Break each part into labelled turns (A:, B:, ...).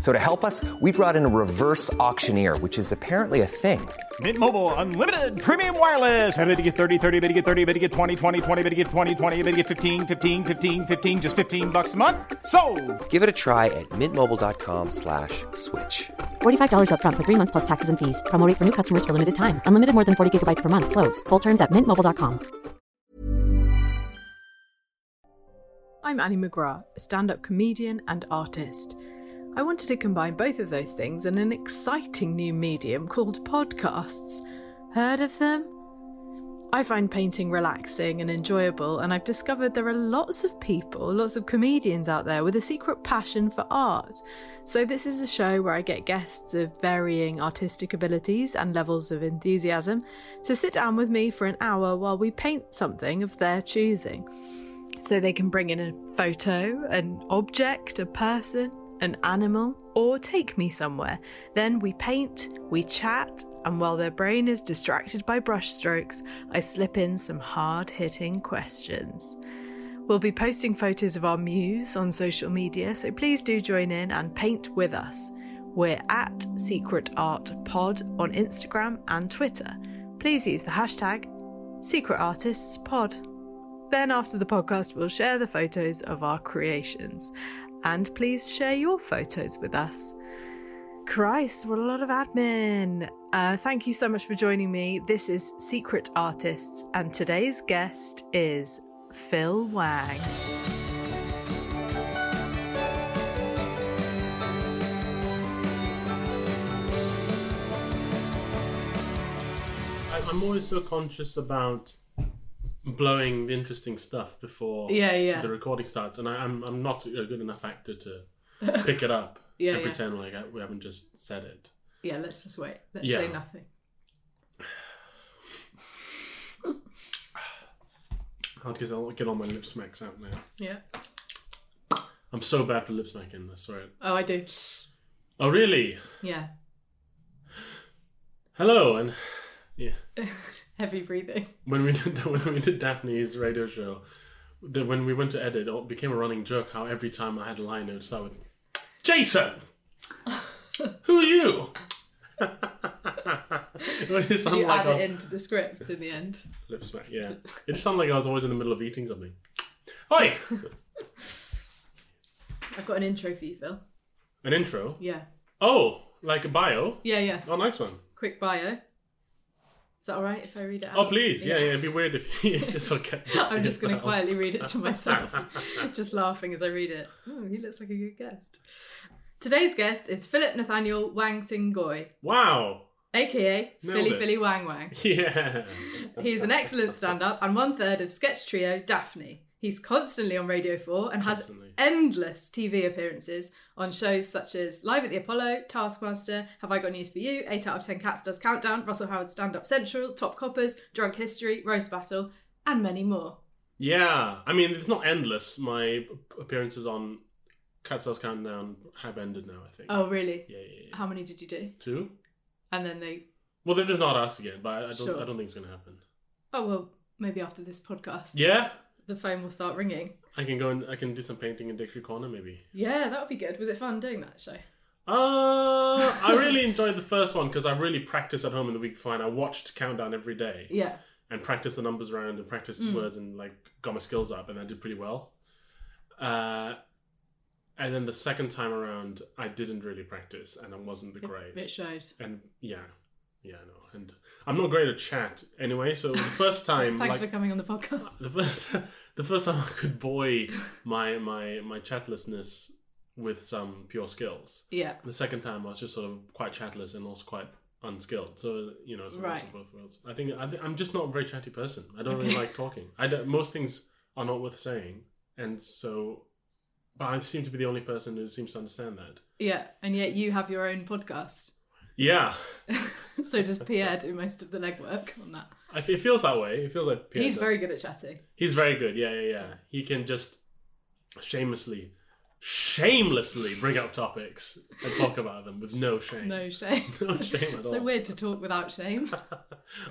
A: So to help us, we brought in a reverse auctioneer, which is apparently a thing.
B: Mint Mobile unlimited premium wireless. Ready to get 30, 30, bit to get 30, bit to get 20, 20, 20, bit to get 20, 20, bit to get 15, 15, 15, 15 just 15 bucks a month. So,
A: Give it a try at mintmobile.com slash switch.
C: $45 upfront for three months plus taxes and fees. Promo rate for new customers for limited time. Unlimited more than 40 gigabytes per month. Slows. Full terms at mintmobile.com.
D: I'm Annie McGrath, a stand up comedian and artist. I wanted to combine both of those things in an exciting new medium called podcasts. Heard of them? I find painting relaxing and enjoyable, and I've discovered there are lots of people, lots of comedians out there with a secret passion for art. So, this is a show where I get guests of varying artistic abilities and levels of enthusiasm to sit down with me for an hour while we paint something of their choosing. So they can bring in a photo, an object, a person, an animal, or take me somewhere. Then we paint, we chat, and while their brain is distracted by brushstrokes, I slip in some hard hitting questions. We'll be posting photos of our muse on social media, so please do join in and paint with us. We're at Secret Art Pod on Instagram and Twitter. Please use the hashtag Secret Artists Pod. Then, after the podcast, we'll share the photos of our creations. And please share your photos with us. Christ, what a lot of admin! Uh, thank you so much for joining me. This is Secret Artists, and today's guest is Phil Wang.
E: I, I'm always so conscious about blowing the interesting stuff before
D: Yeah, yeah.
E: the recording starts, and I, I'm I'm not a good enough actor to pick it up
D: Yeah,
E: and
D: yeah.
E: pretend like I, we haven't just said it.
D: Yeah, let's just wait. Let's
E: Yeah.
D: say nothing.
E: I'll get all, get all my lip smacks out now.
D: Yeah.
E: I'm so bad for lip smacking. I swear.
D: Oh, I do.
E: Oh really?
D: Yeah.
E: Hello and yeah.
D: Heavy breathing.
E: When we did when we did Daphne's radio show, the, when we went to edit, it became a running joke how every time I had a line, it would start with Jason. Who are you? It would sound
D: You
E: like
D: add
E: I-
D: it into the script in the end.
E: Lip smack, yeah. It just sounded like I was always in the middle of eating something. Oi!
D: I've got an intro for you, Phil.
E: An intro.
D: Yeah.
E: Oh, like a bio.
D: Yeah, yeah.
E: Oh, nice one.
D: Quick bio. Is that all right if I read it out?
E: Oh, please. Yeah, yeah. It'd be weird if you just okay.
D: I'm just going to quietly read it to myself, just laughing as I read it. Oh, he looks like a good guest. Today's guest is Philip Nathaniel Wang Sing Goy,
E: Wow.
D: aka
E: Nailed
D: Philly
E: it.
D: Philly Wang Wang.
E: Yeah.
D: He is an excellent stand up and one third of sketch trio Daphne. He's constantly on Radio 4 and has
E: Constantly.
D: endless TV appearances on shows such as Live at the Apollo, Taskmaster, Have I Got News for You, 8 out of 10 Cats Does Countdown, Russell Howard Stand Up Central, Top Coppers, Drunk History, Roast Battle, and many more.
E: Yeah. I mean, it's not endless. My appearances on Cat Cells Countdown have ended now, I think.
D: Oh, really?
E: Yeah, yeah, yeah.
D: How many did you do?
E: Two?
D: And then they,
E: Well, they've just not asked again, but I I don't,
D: Sure.
E: I don't think it's going to happen.
D: oh, well, maybe after this podcast,
E: Yeah?
D: the phone will start ringing.
E: I can go and I can do some painting in Dictionary Corner, maybe.
D: Yeah, that would be good. Was it fun doing that show?
E: Uh, I really enjoyed the first one because I really practiced at home in the week before, and I watched Countdown every day
D: Yeah.
E: and practiced the numbers around and practiced
D: Mm.
E: the words and like got my skills up, and I did pretty well. Uh, and then the second time around, I didn't really practice, and I wasn't the great.
D: It showed.
E: and yeah, yeah, no, and I'm not great at chat anyway. So the first time,
D: Thanks
E: like,
D: for coming on the podcast.
E: the first the first time I could buoy my my my chatlessness with some pure skills.
D: Yeah.
E: The second time, I was just sort of quite chatless and also quite unskilled. So you know, it's a mix
D: Right.
E: of both worlds. I think I think I'm just not a very chatty person. I don't really like talking. I don't, most things are not worth saying, and so, but I seem to be the only person who seems to understand that.
D: Yeah, and yet you have your own podcast.
E: Yeah,
D: So does Pierre do most of the legwork on that?
E: I f- it feels that way. It feels like Pierre
F: He's
E: does.
F: very good at chatting.
E: He's very good. Yeah, yeah, yeah. He can just shamelessly, shamelessly bring up topics and talk about them with no shame.
F: No shame.
E: No shame at
F: so
E: all.
F: weird to talk without shame.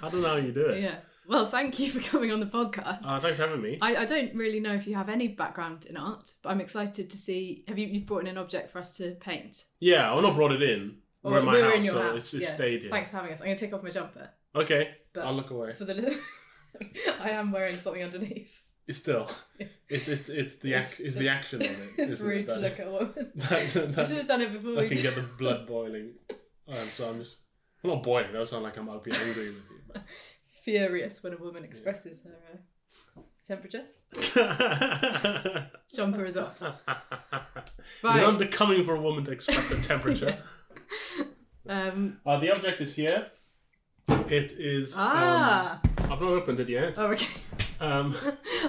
E: I don't know how you do it.
F: yeah. Well, thank you for coming on the podcast.
E: Uh, thanks for having me.
F: I, I don't really know if you have any background in art, but I'm excited to see. Have you you've brought in an object for us to paint?
E: yeah, well, not brought it in. We're in my
F: we
E: house,
F: in your
E: so
F: house.
E: it's, it's
F: yeah.
E: stayed here.
F: Thanks for having us. I'm going to take off my jumper
E: Okay,
F: But-
E: I'll look away.
F: for the. Li- I am wearing something underneath.
E: It's still, it's it's it's the
F: It's-
E: act, it's the action of it.
F: It's
E: isn't it,
F: rude to
E: that-
F: look at a woman.
E: That, that,
F: I should have done it before.
E: I
F: we
E: can
F: did-
E: get the blood boiling. Um, so I'm just, I'm not boiling. That would sound like I'm up here angry with you. but-
F: Furious when a woman expresses her uh, temperature. Jumper is off.
E: It's
F: Right.
E: unbecoming for a woman to express her temperature.
F: Um,
E: uh, the object is here. It is. Um,
F: ah.
E: I've not opened it yet.
F: oh, okay.
E: Um,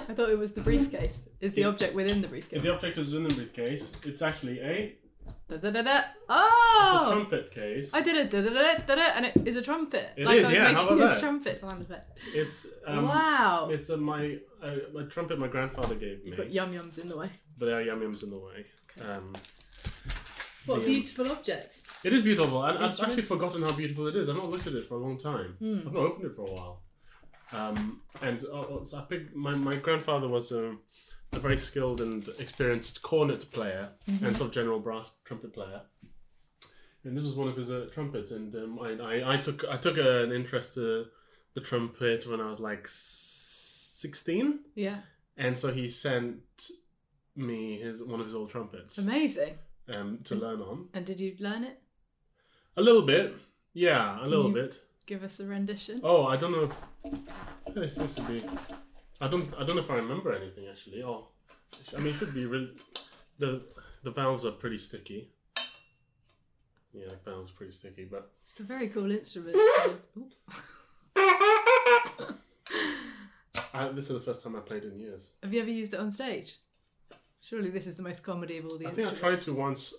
F: I thought it was the briefcase. Is the
E: It-
F: object within the briefcase?
E: the object is in the briefcase. It's actually a,
F: Da, da, da, da.
E: it's
F: Oh.
E: a trumpet case.
F: I did it, da, da, da, da, da, and it is a trumpet.
E: It
F: like
E: is,
F: I
E: yeah,
F: was
E: how
F: making
E: about
F: a
E: that?
F: trumpet sound effect.
E: It's um,
F: wow.
E: It's uh, my uh, my trumpet my grandfather gave me.
F: You've got yum yums in the way.
E: but there are yum yums in the way. Um,
F: What a
E: Yeah.
F: beautiful object.
E: It is beautiful, and I've
F: Instrument.
E: actually forgotten how beautiful it is. I've not looked at it for a long time. I've not opened it for a while. Um, and uh, uh, so I picked, my, my grandfather was a, a very skilled and experienced cornet player and sort of general brass trumpet player. And this was one of his uh, trumpets, and um, I, I, I took I took an interest to the trumpet when I was like sixteen,
F: Yeah.
E: and so he sent me his one of his old trumpets
F: Amazing.
E: um, to learn on.
F: And did you learn it?
E: A little bit. Yeah, a little
F: you-
E: bit.
F: Give us a rendition.
E: Oh, I don't know. If... It seems to be. I don't. I don't know if I remember anything actually. Oh, it sh- I mean, it should be really. The the valves are pretty sticky. Yeah, the valves are pretty sticky, but
F: It's a very cool instrument. Ooh.
E: I, this is the first time I played in years.
F: Have you ever used it on stage? Surely this is the most comedy of all the
E: I think I
F: instruments.
E: tried to once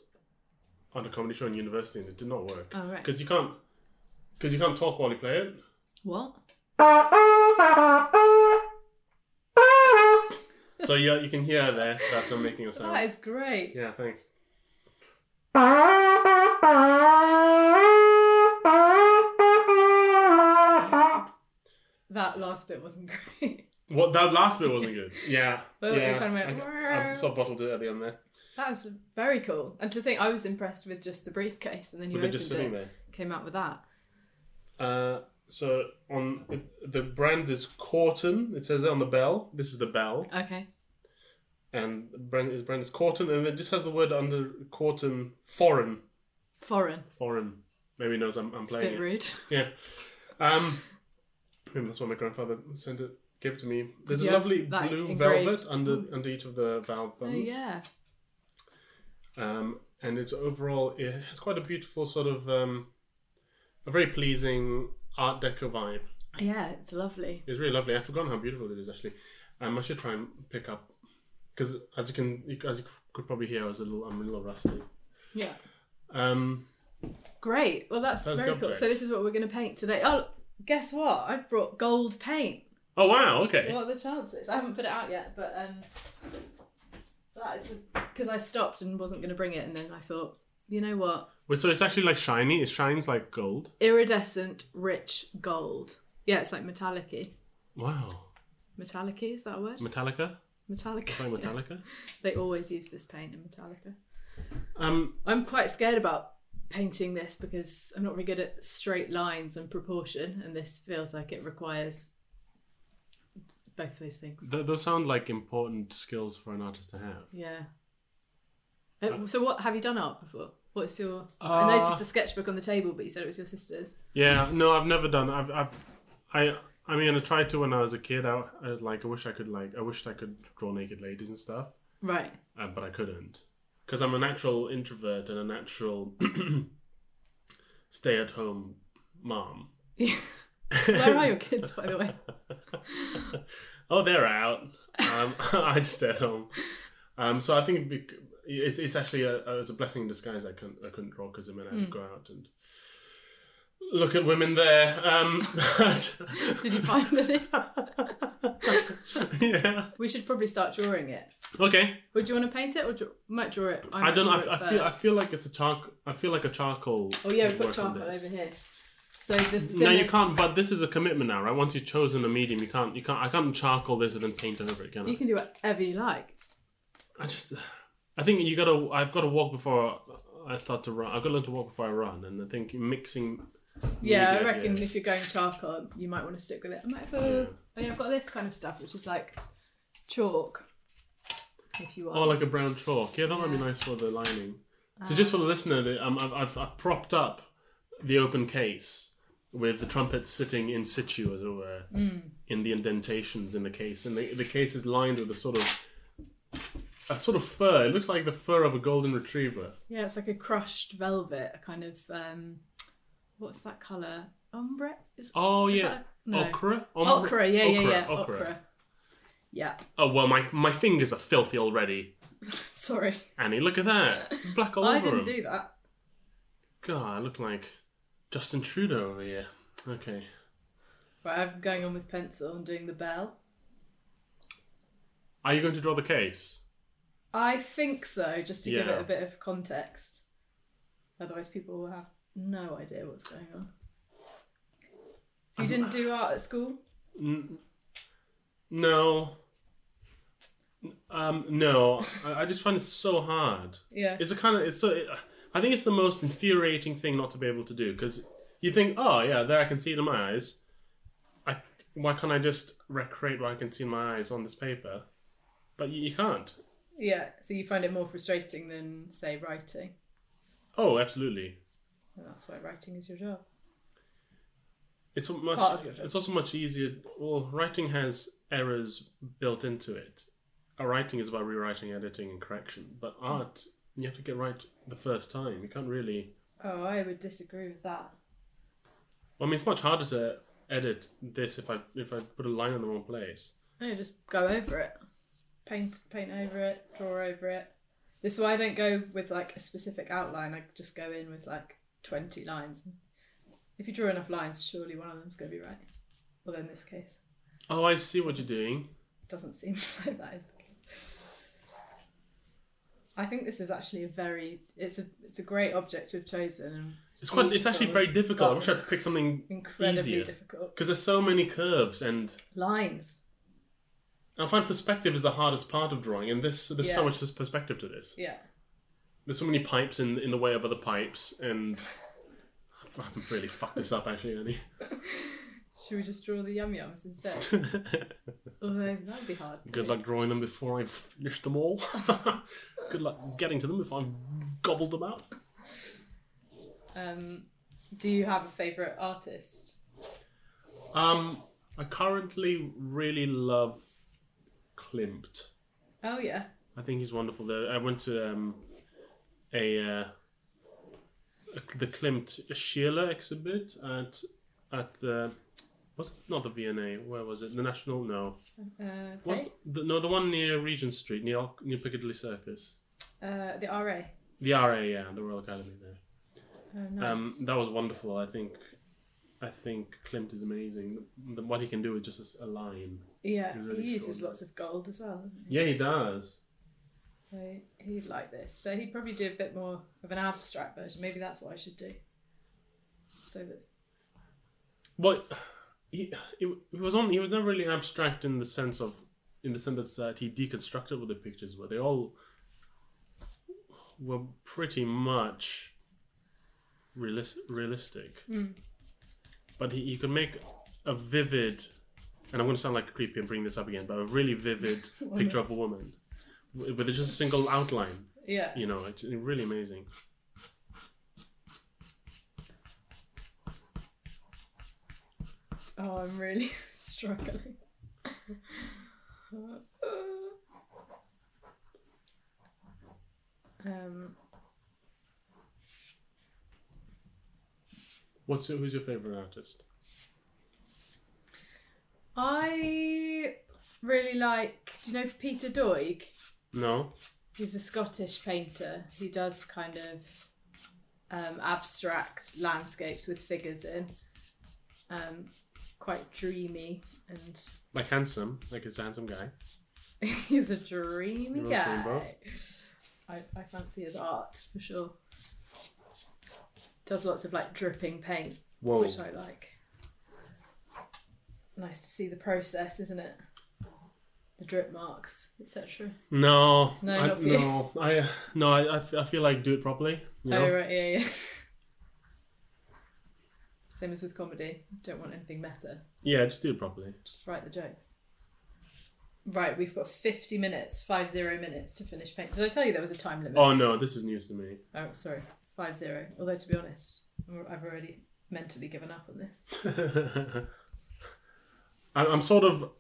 E: on a comedy show in university, and it did not work.
F: Oh, right.
E: Because you can't. Because you can't talk while you play it.
F: What?
E: So you you can hear there that I'm making a sound.
F: That is great.
E: Yeah, thanks.
F: That last bit wasn't great.
E: What that last bit wasn't good. Yeah.
F: Well, it
E: yeah.
F: kinda went,
E: I, I sort of bottled it at the end there.
F: That was very cool. And to think I was impressed with just the briefcase and then you
E: But they're
F: opened
E: just
F: it,
E: sitting there.
F: came out with that.
E: Uh, so on the brand is Corton. It says it on the bell. This is the bell,
F: Okay.
E: and the brand is brand is Corton, and it just has the word under Corton foreign
F: Foreign.
E: foreign. Maybe he knows I'm, I'm
F: It's a bit
E: playing it.
F: rude.
E: Yeah. Um, maybe that's why my grandfather sent it. Gave it to me. There's
F: you
E: a
F: have
E: lovely
F: that
E: blue
F: engraved? Mm.
E: velvet under under each of the valve
F: Oh,
E: buttons.
F: yeah.
E: um, and it's overall it has quite a beautiful sort of um, a very pleasing art deco vibe
F: Yeah, it's lovely.
E: it's really lovely i've forgotten how beautiful it is actually um, i should try and pick up because as you can you- as you could probably hear i was a little i'm a little rusty
F: Yeah.
E: um,
F: Great. Well, that's,
E: That's
F: very
E: the
F: cool.
E: object.
F: So this is what we're going to paint today. Oh, guess what? I've brought gold paint.
E: oh wow okay
F: What are the chances? I haven't put it out yet, but um, that is because I stopped and wasn't going to bring it, and then I thought, you know what?
E: Wait, so it's actually like shiny it shines like gold
F: Iridescent, rich gold. Yeah, it's like metallic-y.
E: wow
F: Metallic-y, is that a word?
E: metallica
F: Metallica.
E: like
F: Yeah.
E: metallica
F: They always use this paint in Metallica.
E: um
F: I'm quite scared about painting this because I'm not very good at straight lines and proportion, and this feels like it requires both those things.
E: th- those sound like important skills for an artist to have
F: Yeah. Uh, So, what have you done art before? What's your?
E: Uh,
F: I noticed a sketchbook on the table, but you said it was your sister's.
E: Yeah, no, I've never done. I've, I've, I, I mean, I tried to when I was a kid. I, I was like, I wish I could, like, I wished I could draw naked ladies and stuff,
F: Right.
E: uh, but I couldn't because I'm a natural introvert and a natural stay-at-home mom.
F: Where are your kids, by the way?
E: Oh, they're out. Um, I just stay at home. Um, so I think it'd be, it's it's actually a, it was a blessing in disguise. I couldn't I couldn't draw because it meant I had to go out and look at women there. Um,
F: Did you find any?
E: yeah.
F: we should probably start drawing it.
E: Okay.
F: Would you want to paint it, or do, might draw it?
E: I
F: might
E: don't know.
F: draw
E: I,
F: it
E: I feel. I
F: first.
E: feel like it's a charcoal. I feel like a charcoal.
F: Oh yeah, we
E: would
F: put
E: work on
F: charcoal
E: this.
F: over here. So the thinner,
E: No, you can't. But this is a commitment now, right? Once you've chosen a medium, you can't. You can't. I can't charcoal this and then paint over it, can I?
F: You can do whatever you like.
E: I just. I think you gotta. I've got to walk before I start to run. I've got to learn to walk before I run, and I think mixing.
F: Yeah, I
E: media,
F: reckon
E: yeah.
F: if you're going charcoal, you might want to stick with it. I might have a, oh, yeah, I've got this kind of stuff, which is like chalk. If you want.
E: Oh, like a brown chalk. Yeah, that might be nice for the lining. So, just for
F: Ah.
E: the listener, the- um, I've, I've, I've propped up the open case with the trumpet sitting in situ, as it were,
F: Hmm.
E: in the indentations in the case, and the, the case is lined with a sort of a sort of fur. It looks like the fur of a golden retriever.
F: Yeah, it's like a crushed velvet, a kind of um, what's that color? Ombre? Is,
E: Oh
F: is
E: yeah,
F: that- no.
E: okra, Om-
F: Ochre. Yeah, yeah,
E: okra,
F: yeah.
E: okra.
F: Ochre. Yeah.
E: Oh well, my my fingers are filthy already,
F: Sorry,
E: Annie. Look at that, It's black all
F: I
E: over
F: didn't
E: 'em.
F: do that.
E: God, I look like Justin Trudeau over here. Okay.
F: Right, I'm going on with pencil and doing the bell.
E: Are you going to draw the case?
F: I think so, just to give
E: Yeah.
F: it a bit of context. Otherwise, people will have no idea what's going on. So you didn't do art at school?
E: No. Um, no. I, I just find it so hard.
F: Yeah.
E: It's a kind of it's so. I think it's the most infuriating thing not to be able to do because you think, oh yeah, there I can see it in my eyes. I why can't I just recreate what I can see in my eyes on this paper? But you, you can't.
F: Yeah. So you find it more frustrating than say writing,
E: Oh, absolutely.
F: and that's why writing is your job.
E: It's much.
F: Part of your job.
E: It's also much easier. Well, writing has errors built into it. A writing is about rewriting, editing, and correction. But
F: Hmm.
E: art, you have to get right the first time. You can't really.
F: Oh, I would disagree with that.
E: Well, I mean, it's much harder to edit this if I if I put a line in the wrong place.
F: No, just go over it. Paint paint over it, draw over it. This is why I don't go with like a specific outline. I just go in with like twenty lines. If you draw enough lines, surely one of them's gonna be right. Well, in this case,
E: Oh, I see what you're doing.
F: it doesn't seem like that is the case. I think this is actually a very it's a it's a great object we've chosen. and
E: It's quite. It's actually very
F: beautiful,
E: difficult. I
F: but
E: wish I'd picked something
F: incredibly
E: easier
F: difficult
E: because there's so many curves and.
F: lines.
E: I find perspective is the hardest part of drawing, and this there's so
F: Yeah.
E: much perspective to this.
F: Yeah.
E: There's so many pipes in in the way of other pipes, and I've really fucked this up actually, Annie.
F: Should we just draw the yum yums instead? Although that'd be hard. to
E: Good
F: do.
E: luck drawing them before I've finished them all. Good luck getting to them if I've gobbled them up.
F: Um, do you have a favourite artist?
E: Um, I currently really love Klimt.
F: Oh yeah,
E: I think he's wonderful. The, I went to um, a uh, the Klimt Schiller exhibit at at the was it not the VNA? Where was it? The National? No.
F: uh,
E: What's
F: Tate?
E: the, no the one near Regent Street near near Piccadilly Circus?
F: Uh, the RA.
E: The RA, yeah, the Royal Academy there.
F: Oh, nice.
E: Um, that was wonderful. I think I think Klimt is amazing. The, what he can do with just a s- a, line.
F: yeah,
E: he's really
F: he uses
E: extraordinary.
F: lots of gold as well, doesn't
E: Yeah, he does.
F: he? So he'd like this, but he'd probably do a bit more of an abstract version. Maybe that's what I should do. So that
E: Well, he, it, it was on. He was never really abstract in the sense of, in the sense that he deconstructed what the pictures were. They all were pretty much realis- realistic, but he, he could make a vivid, and I'm going to sound like creepy and bring this up again, but a really vivid picture of a woman w- with just a single outline.
F: yeah,
E: You know, it's really amazing.
F: Oh, I'm really struggling. um,
E: What's your, who's your favorite artist?
F: I really like. Do you know Peter Doig?
E: No.
F: He's a Scottish painter. He does kind of um, abstract landscapes with figures in. Um, quite dreamy, and
E: Like handsome, like it's a handsome guy.
F: he's a dreamy
E: You're a
F: guy.
E: dreamer.
F: I, I fancy his art for sure. Does lots of like dripping paint,
E: Whoa.
F: which I like. Nice to see the process, isn't it? The drip marks, etc.
E: No,
F: No,
E: I,
F: not for you.
E: no, I no, I, I f- I feel like do it properly. You know?
F: Oh right, yeah, yeah. Same as with comedy. Don't want anything meta.
E: Yeah, just do it properly.
F: Just write the jokes. Right, we've got fifty minutes, five zero minutes to finish painting. Did I tell you there was a time limit?
E: Oh no, this is news to me.
F: Oh, sorry, five zero. Although to be honest, I'm- I've already mentally given up on this.
E: I'm, I'm sort of,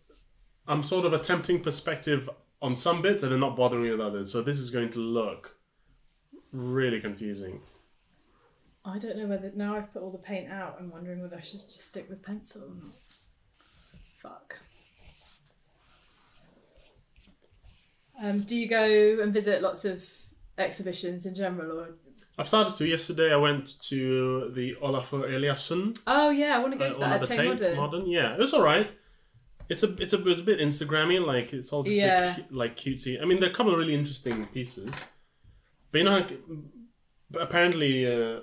E: I'm sort of attempting perspective on some bits and then not bothering me with others. So this is going to look really confusing.
F: I don't know whether now I've put all the paint out. I'm wondering whether I should just stick with pencil or not. Fuck. Um, do you go and visit lots of exhibitions in general, or
E: I've started to yesterday. I went to the Olafur Eliasson.
F: Oh yeah, I want to go
E: uh,
F: to
E: one
F: that
E: of the
F: at Tate
E: Tate
F: Modern.
E: modern. Yeah, it was all right. It's a, it's a, it was a bit Instagrammy. Like it's all just
F: Yeah.
E: a bit, cu- like cutesy. I mean, there are a couple of really interesting pieces, but you know, like, but apparently uh,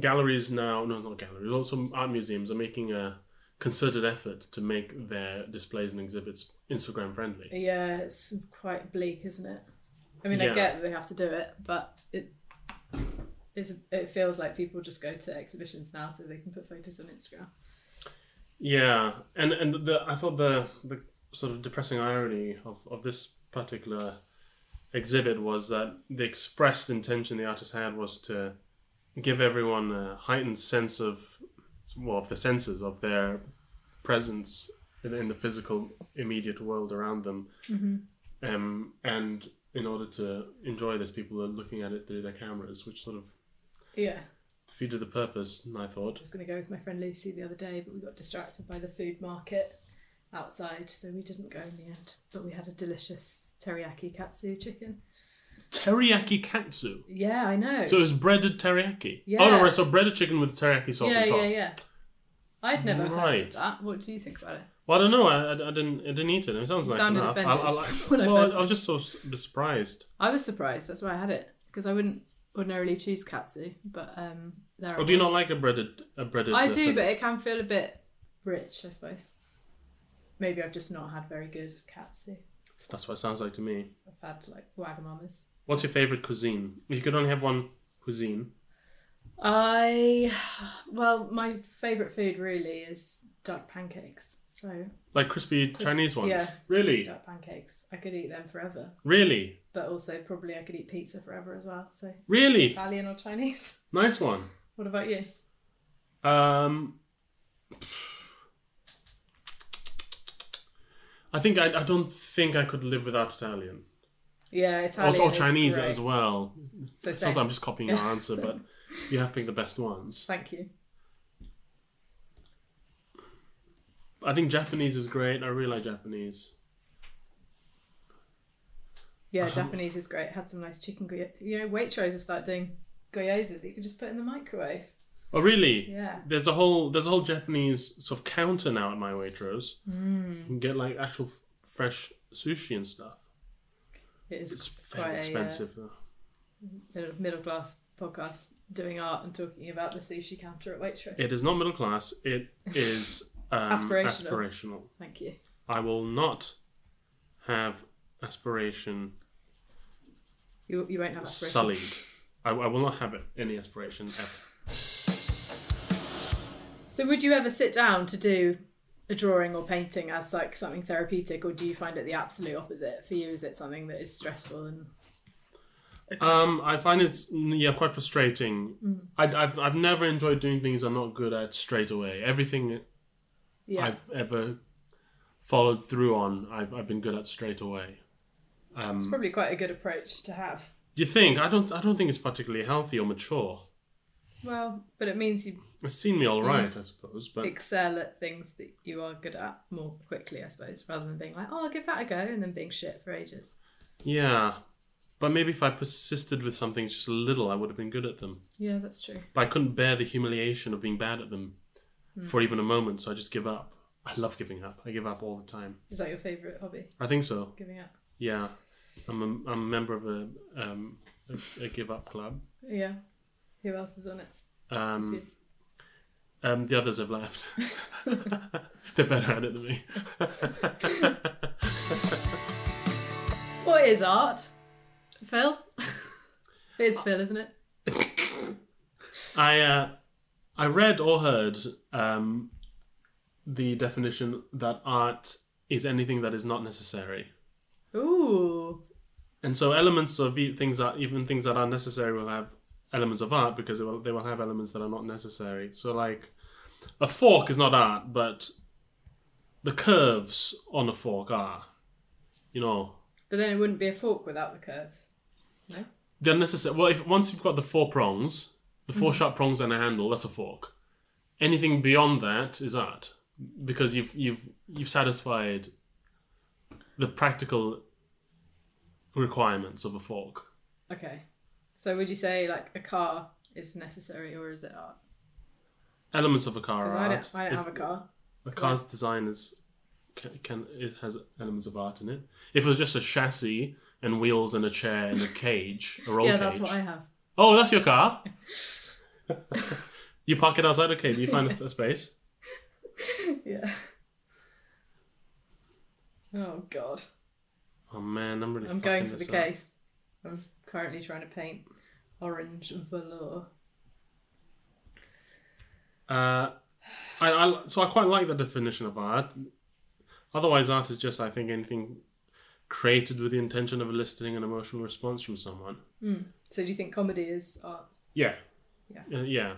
E: galleries now, no, not galleries, also art museums are making a concerted effort to make their displays and exhibits Instagram friendly.
F: Yeah, it's quite bleak, isn't it? I mean, I
E: Yeah.
F: get that they have to do it, but it is. It feels like people just go to exhibitions now so they can put photos on Instagram.
E: Yeah, and and the I thought the the sort of depressing irony of of this particular exhibit was that the expressed intention the artist had was to give everyone a heightened sense of well of the senses of their presence in, in the physical immediate world around them um, and in order to enjoy this people are looking at it through their cameras which sort of
F: Yeah, I
E: defeated the purpose i thought
F: was going to go with my friend Lucy the other day, but we got distracted by the food market outside, so we didn't go in the end. But we had a delicious teriyaki katsu chicken.
E: teriyaki katsu
F: Yeah, I know.
E: So it was breaded teriyaki.
F: Yeah.
E: Oh no, right, so breaded chicken with teriyaki sauce
F: yeah,
E: on top.
F: yeah, yeah. I'd never heard
E: Right.
F: of that. What do you think about it?
E: Well, I don't know. I, I, I didn't. I didn't eat it. It sounds
F: You
E: nice
F: sounded
E: enough. I,
F: offended
E: I,
F: when I
E: well, I,
F: first-
E: I was just so s- surprised.
F: I was surprised. That's why I had it because I wouldn't ordinarily choose katsu, but um, there.
E: Or
F: it
E: do you
F: was.
E: not like a breaded? A breaded.
F: I
E: uh,
F: do, but
E: fillet?
F: it can feel a bit rich, I suppose. Maybe I've just not had very good katsu.
E: that's what it sounds like to me.
F: I've had like wagamamas.
E: What's your favorite cuisine? If you could only have one cuisine,
F: I well, my favourite food really is duck pancakes. So
E: like crispy Chinese ones.
F: yeah,
E: Really,
F: duck pancakes. I could eat them forever,
E: really,
F: but also probably I could eat pizza forever as well. So
E: really
F: Italian or Chinese.
E: nice one.
F: What about you?
E: Um, I think I, I don't think I could live without Italian,
F: Yeah,
E: Or-
F: Italian
E: or,
F: is
E: Chinese
F: great.
E: as well.
F: So same.
E: Sometimes I'm just copying your answer, but you have picked the best ones.
F: Thank you.
E: I think Japanese is great. I really like Japanese. Uh-huh.
F: Yeah, Japanese is great. Had some nice chicken gyoza. You know, Waitrose have started doing gyozas that you can just put in the microwave.
E: Oh, really?
F: Yeah.
E: There's a whole there's a whole Japanese sort of counter now at my Waitrose. Mm. You can get like actual f- fresh sushi and stuff.
F: It is
E: It's very
F: quite
E: expensive. though.
F: a uh, middle class podcast doing art and talking about the sushi counter at Waitrose.
E: It is not middle class. It is um,
F: Aspirational.
E: aspirational.
F: Thank you.
E: I will not have aspiration
F: You, you won't have aspirations.
E: sullied. I, I will not have it, any aspiration ever.
F: So, would you ever sit down to do a drawing or painting as like something therapeutic, or do you find it the absolute opposite? For you, is it something that is stressful and
E: Um, I find it's mm, yeah quite frustrating.
F: Mm.
E: I, I've I've never enjoyed doing things I'm not good at straight away. Everything
F: yeah,
E: I've ever followed through on, I've, I've been good at straight away. um,
F: it's probably quite a good approach to have.
E: You think I don't I don't think it's particularly healthy or mature.
F: Well, but it means you
E: It's seen me all right,
F: Yes.
E: I suppose, but
F: excel at things that you are good at more quickly, I suppose, rather than being like, oh, I'll give that a go, and then being shit for ages.
E: yeah, But maybe if I persisted with some things just a little, I would have been good at them.
F: Yeah, that's true.
E: But I couldn't bear the humiliation of being bad at them
F: Mm.
E: for even a moment, so I just give up. I love giving up. I give up all the time.
F: Is that your favourite hobby?
E: I think so.
F: Giving up.
E: Yeah, I'm a, I'm a member of a um a, a give up club.
F: Yeah. Who else is on it? Just
E: Um,
F: you.
E: um, the others have left. They're better at it than me.
F: What is art? Phil? it is Phil, isn't it?
E: I uh, I read or heard um the definition that art is anything that is not necessary.
F: Ooh.
E: And so elements of e- things that even things that are necessary will have elements of art because they will they will have elements that are not necessary. So like a fork is not art, but the curves on a fork are. You know,
F: But then it wouldn't be a fork without the curves. No?
E: they're necessary. Well, if once you've got the four prongs, the 4 sharp prongs and a handle, that's a fork. Anything beyond that is art because you've you've you've satisfied the practical requirements of a fork.
F: Okay. So would you say like a car is necessary or is it art?
E: elements of a car
F: Because
E: are
F: I
E: art.
F: don't, I don't
E: It's-
F: have a car.
E: A car's design is can, can it has elements of art in it. If it was just a chassis and wheels and a chair and a cage, a roll
F: Yeah,
E: cage.
F: that's what I have.
E: Oh, that's your car. you park it outside. Okay, do you find a, a space?
F: Yeah. Oh god.
E: Oh man, I'm really.
F: I'm going
E: fucking
F: for the
E: this up.
F: case. I'm currently trying to paint orange velour.
E: Uh, I, I so I quite like the definition of art. Otherwise, art is just I think anything created with the intention of eliciting an emotional response from someone.
F: So do you think comedy is art?
E: Yeah.
F: Yeah.
E: Uh, yeah.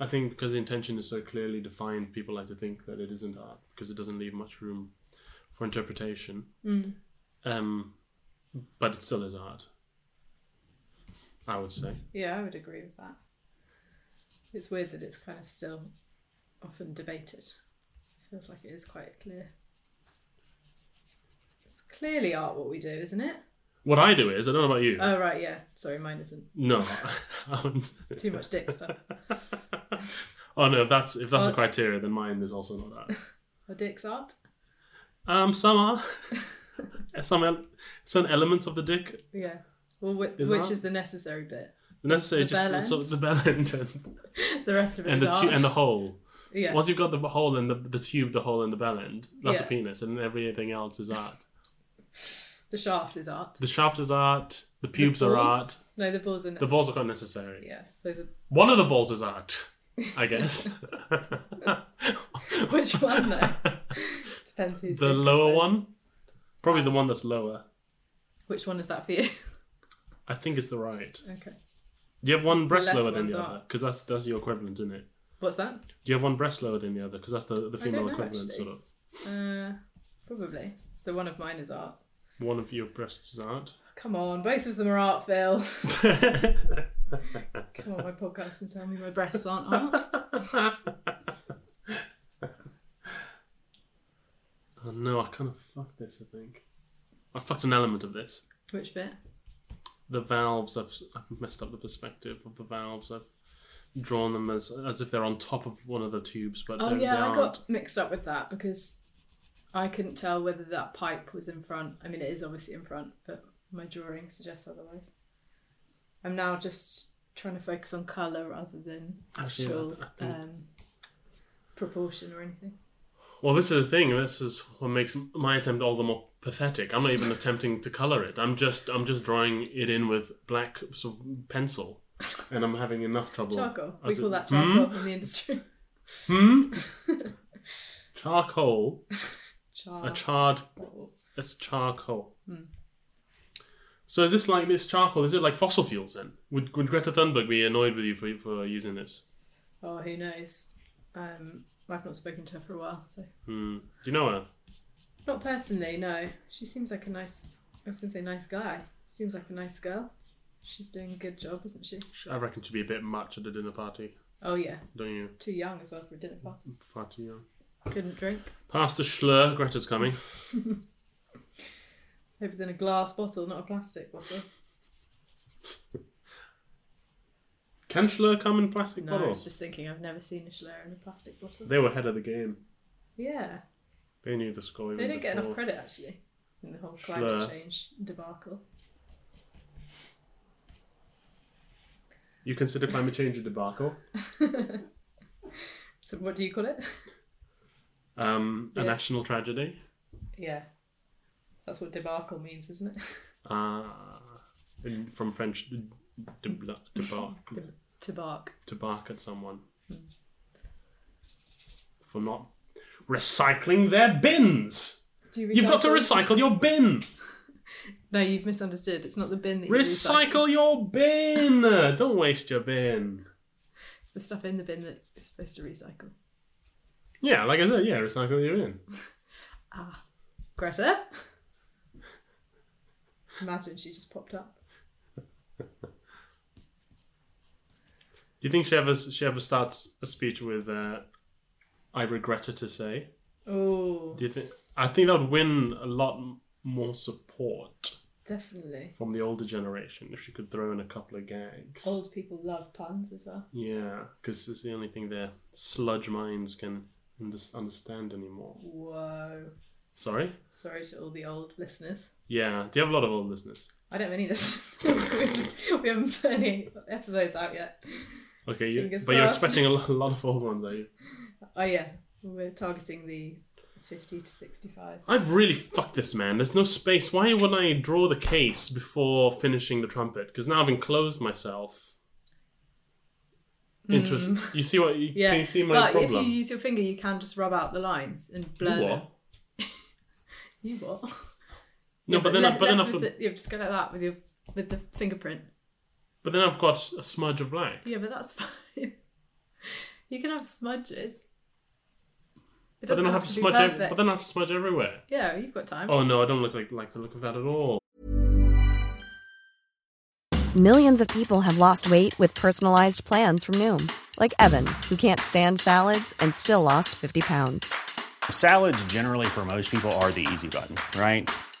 E: I think because the intention is so clearly defined, people like to think that it isn't art because it doesn't leave much room for interpretation.
F: Mm.
E: Um, but it still is art. I would say.
F: Yeah, I would agree with that. It's weird that it's kind of still often debated. Feels like it is quite clear. It's clearly art what we do, isn't it?
E: What I do is, I don't know about you.
F: Oh right, yeah. Sorry, mine isn't.
E: no. I wouldn't-
F: Too much dick stuff.
E: oh no, if that's if that's a
F: Oh.
E: criteria, then mine is also not art.
F: Or dick's art?
E: Um, some are. some el- some elements of the dick
F: Yeah. Well, whi-
E: Is
F: which
E: art?
F: is the necessary bit?
E: necessary
F: The bell
E: just sort of the bell end and,
F: The rest of it is
E: and the
F: art.
E: tu- and the hole.
F: yeah.
E: Once you've got the hole in the, the tube, the hole in the bell end, that's a
F: Yeah.
E: penis, and everything else is art.
F: The shaft is art.
E: The shaft is art. The
F: The
E: pubes are
F: balls-
E: art.
F: No, the balls are
E: The balls are quite necessary.
F: Yeah. So the
E: One of the balls is art, I guess.
F: which one though? Depends who's
E: the
F: dick, I
E: lower
F: suppose.
E: one, probably the one that's lower.
F: Which one is that for you?
E: I think it's the right.
F: okay.
E: Do you have one breast
F: left
E: lower than
F: one's
E: the
F: art.
E: other? Because that's that's your equivalent, isn't it?
F: What's that?
E: Do you have one breast lower than the other? Because that's the, the female
F: know,
E: equivalent,
F: actually.
E: sort of.
F: Uh, probably. So one of mine is art.
E: One of your breasts is art.
F: Come on, both of them are art, Phil. Come on, my podcast and tell me my breasts aren't art.
E: Oh no, I kind of fucked this. I think I fucked an element of this.
F: Which bit?
E: the valves I've, I've messed up the perspective of the valves I've drawn them as as if they're on top of one of the tubes but
F: Oh
E: they're, they
F: yeah, I
E: aren't
F: got mixed up with that because I couldn't tell whether that pipe was in front. I mean, it is obviously in front, but my drawing suggests otherwise. I'm now just trying to focus on color rather than
E: Actually, yeah,
F: actual
E: I think-
F: um, proportion or anything.
E: well this is the thing this is what makes my attempt all the more pathetic I'm not even attempting to color it I'm just I'm just drawing it in with black sort of pencil and I'm having enough trouble
F: Charcoal. We
E: as
F: call
E: it- Hmm?
F: that charcoal in the industry.
E: charcoal a
F: Charcoal. Hmm.
E: charred it's charcoal so is this like this charcoal is it like fossil fuels then would, would Greta Thunberg be annoyed with you for, for using this
F: Oh, who knows? Um, I've not spoken to her for a while, so
E: Hmm. do you know her
F: not personally. No, she seems like a nice. I was going to say nice guy. Seems like a nice girl. She's doing a good job, isn't she?
E: I reckon she'd be a bit much at a dinner party,
F: Oh yeah,
E: don't you?
F: too young as well for a dinner party.
E: Far too young.
F: Couldn't drink.
E: Pastor Schlur, Greta's coming.
F: Hope it's in a glass bottle, not a plastic bottle.
E: Can Schlur come in plastic
F: No, I
E: bottles?
F: was just thinking I've never seen a Schler in a plastic bottle.
E: They were ahead of the game.
F: Yeah.
E: They knew the score.
F: They
E: even
F: don't get enough
E: before.
F: credit actually in the whole climate
E: Schler.
F: change debacle.
E: You consider climate change a debacle?
F: So what do you call it?
E: Um, a
F: Yeah.
E: national tragedy?
F: yeah. That's what debacle means, isn't it?
E: Uh, in, from French, de- debla- debark.
F: to bark.
E: to bark at someone for not recycling their bins.
F: Do you
E: You've got to recycle your bin.
F: No, you've misunderstood. It's not the bin that you recycle.
E: Recycle your bin. Don't waste your bin.
F: It's the stuff in the bin that is supposed to recycle.
E: Yeah, like I said, yeah, recycle your bin.
F: Greta? Imagine she just popped up.
E: Do you think she ever she ever starts a speech with uh, "I regret it to say"?
F: Oh,
E: Do you think? I think that would win a lot m- more support
F: definitely.
E: from the older generation if she could throw in a couple of gags.
F: Old people love puns as well.
E: Yeah, because it's the only thing their sludge minds can unders understand anymore.
F: Whoa.
E: Sorry?
F: Sorry to all the old listeners.
E: Yeah. Do you have a lot of old listeners?
F: I don't have any listeners. we haven't put any episodes out yet.
E: Okay, you,
F: Fingers
E: but you're
F: crossed.
E: expecting a lot, a lot of old ones, are you?
F: Oh, yeah. We're targeting the 50 to 65.
E: I've really fucked this, man. There's no space. Why wouldn't I draw the case before finishing the trumpet? Because now I've enclosed myself into a s You see what? You,
F: Hmm. Yeah.
E: Can you see my
F: but
E: problem?
F: if you use your finger, you can just rub out the lines and
E: You
F: blur them.
E: what?
F: You what?
E: No, but then, I-
F: Le-
E: but then
F: less
E: I've
F: with
E: got,
F: the, yeah, just go like that with your with the fingerprint.
E: but then I've got a smudge of black.
F: Yeah, but that's fine. you can have smudges. It
E: But
F: doesn't
E: then I
F: have,
E: have to
F: to be
E: smudge. ev-
F: perfect.
E: but then I have to smudge everywhere.
F: yeah, you've got time.
E: Oh no, I don't look like like the look of that at all.
C: Millions of people have lost weight with personalized plans from Noom, like Evan, who can't stand salads and still lost 50 pounds.
G: Salads, generally, for most people, are the easy button, right?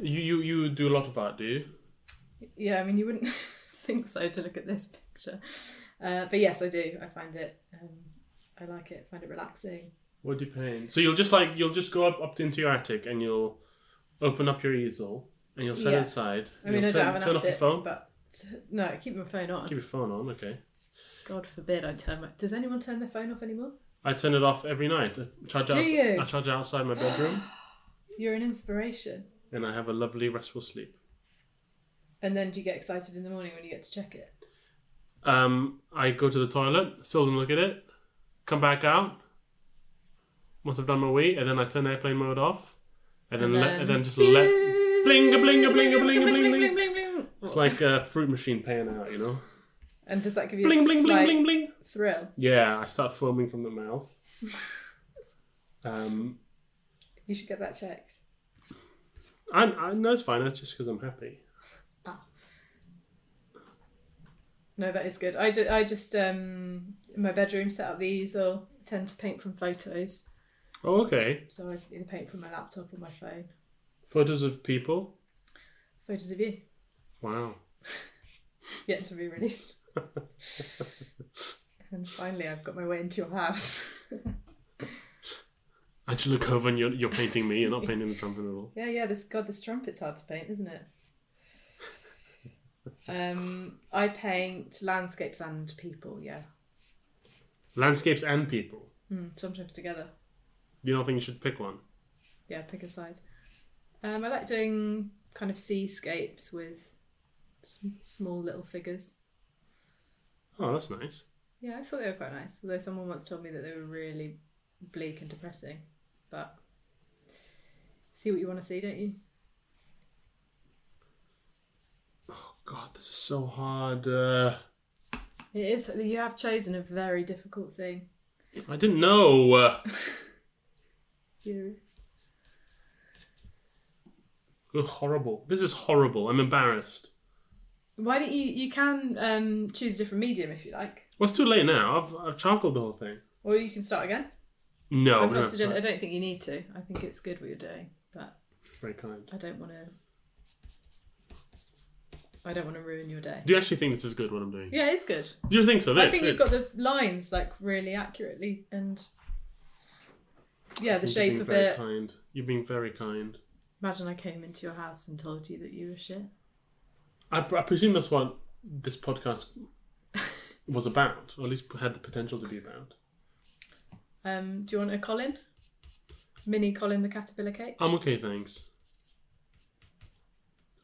E: You you you do a lot of art, do you?
F: Yeah, I mean you wouldn't think so to look at this picture, uh, but yes, I do. I find it. Um, I like it. Find it relaxing.
E: What do you paint? So you'll just like you'll just go up up into your attic and you'll open up your easel and you'll set
F: Yeah.
E: it aside.
F: I mean,
E: you'll turn,
F: I don't have an
E: turn
F: attic,
E: off your phone.
F: but no, I keep my phone on.
E: Keep your phone on, okay.
F: God forbid I turn my. Does anyone turn their phone off anymore?
E: I turn it off every night. I charge
F: Do
E: it outs-
F: you?
E: I charge it outside my bedroom
F: You're an inspiration.
E: and I have a lovely restful sleep.
F: And then do you get excited in the morning when you get to check it?
E: Um, I go to the toilet, still don't look at it. Come back out once I've done my wee, and then I turn airplane mode off, and then let, and then just let blinga blinga blinga blinga bling bling.
F: bling, bling.
E: It's like a fruit machine paying out, you know.
F: And does that give you
E: Bling
F: a
E: bling bling
F: slight
E: bling bling.
F: thrill?
E: Yeah, I start foaming from the mouth. um,
F: You should get that checked.
E: I, I no, it's fine. That's just because I'm happy.
F: No, that is good. I, do, I just um in my bedroom set up the easel. Tend to paint from photos,
E: Oh, okay.
F: so I either paint from my laptop or my phone.
E: Photos of people.
F: Photos of you
E: Wow.
F: yet to be released. and finally, I've got my way into your house.
E: I just look over and you're, you're painting me. You're not painting the trumpet at all.
F: Yeah, yeah. This God, this trumpet's hard to paint, isn't it? Um, I paint landscapes and people. Yeah,
E: Landscapes and people.
F: Hmm, sometimes together.
E: You don't think you should pick one?
F: Yeah, pick a side. Um, I like doing kind of seascapes with sm- small little figures.
E: Oh, that's nice.
F: Yeah, I thought they were quite nice. Although someone once told me that they were really bleak and depressing. But see what you want to see, don't you?
E: Oh God, this is so hard. Uh,
F: It is. You have chosen a very difficult thing.
E: I didn't know. Uh,
F: Furious.
E: oh, horrible. This is horrible. I'm embarrassed.
F: Why don't you? You can um, choose a different medium if you like,
E: Well, it's too late now. I've I've charcoaled the whole thing.
F: or you can start again.
E: No,
F: I'm
E: Oh, no,
F: not suggest- I
E: sorry.
F: don't think you need to. I think it's good what you're doing, but
E: very kind.
F: I don't want to. I don't want to ruin your day.
E: Do you actually think this is good? What I'm doing?
F: Yeah, it's good.
E: Do you think so? This.
F: I think you've
E: it's-
F: got the lines like really accurately and yeah, the
E: You're being
F: shape of
E: very
F: it.
E: Kind. You're being very kind.
F: Imagine I came into your house and told you that you were shit.
E: I, I presume that's what this podcast was about, or at least had the potential to be about.
F: Um, do you want a Colin? Mini Colin the caterpillar cake.
E: I'm okay, thanks.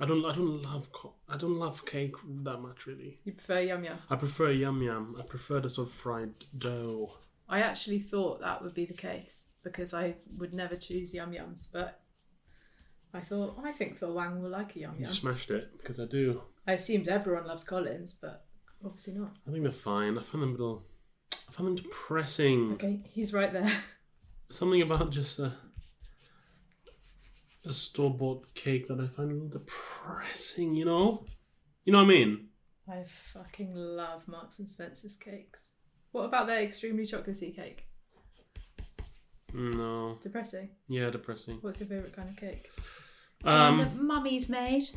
E: I don't. I don't love. Co- I don't love cake that much, really.
F: You prefer yum yum.
E: I prefer yum yum. I prefer the sort of fried dough.
F: I actually thought that would be the case because I would never choose yum yums, but I thought "Oh, I think Phil Wang will like a yum
E: You
F: yum.
E: smashed it because I do.
F: I assumed everyone loves Collins, but obviously not.
E: I think they're fine. I found them a little. I found them depressing.
F: Okay, he's right there.
E: Something about just a, a store bought cake that I find a little depressing. You know. You know what I mean?
F: I fucking love Marks and Spencer's cakes. What about their extremely chocolatey cake?
E: No.
F: Depressing.
E: Yeah, depressing.
F: What's your favourite kind of cake?
E: Um.
F: One that mummy's made.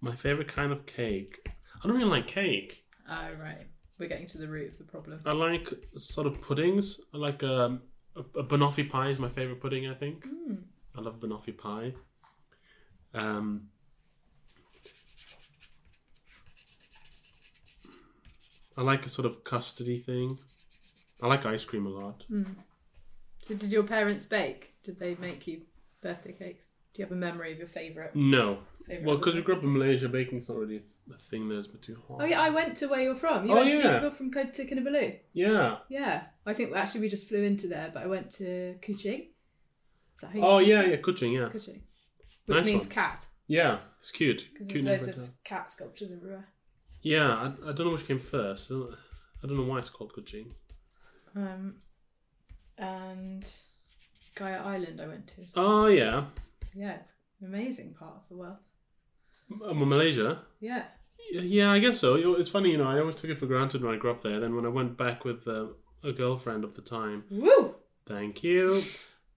E: My favorite kind of cake. I don't really like cake.
F: Oh right, we're getting to the root of the problem.
E: I like sort of puddings. I like um, a, a banoffee pie is my favorite pudding. I think.
F: Hmm.
E: I love banoffee pie. Um. I like a sort of custardy thing. I like ice cream a lot.
F: Hmm. So did your parents bake? Did they make you birthday cakes? Do you have a memory of your favourite?
E: No,
F: Favourite
E: well, because we grew up in Malaysia, baking's not really a thing there's but too hard.
F: Oh yeah, I went to where you're from. You
E: Oh,
F: went,
E: yeah.
F: You're from Ko- to Kinabalu.
E: yeah.
F: Yeah, I think actually we just flew into there, but I went to Kuching. Is that how you
E: Oh
F: pronounce
E: yeah,
F: it?
E: yeah, Kuching, yeah,
F: Kuching, which
E: Nice
F: means
E: one.
F: cat
E: yeah. It's cute.
F: because
E: Cute
F: there's
E: name
F: loads
E: for a
F: of
E: town.
F: cat sculptures everywhere.
E: Yeah, I, I don't know which came first. I don't, I don't know why it's called Kuching.
F: Um, and Gaia Island I went to. as well.
E: Oh, yeah.
F: Yeah, it's an amazing part of the world.
E: M- uh, Malaysia?
F: Yeah.
E: Y- Yeah, I guess so. You know, It's funny, you know, I always took it for granted when I grew up there. Then when I went back with uh, a girlfriend of the time,
F: Woo!
E: thank you.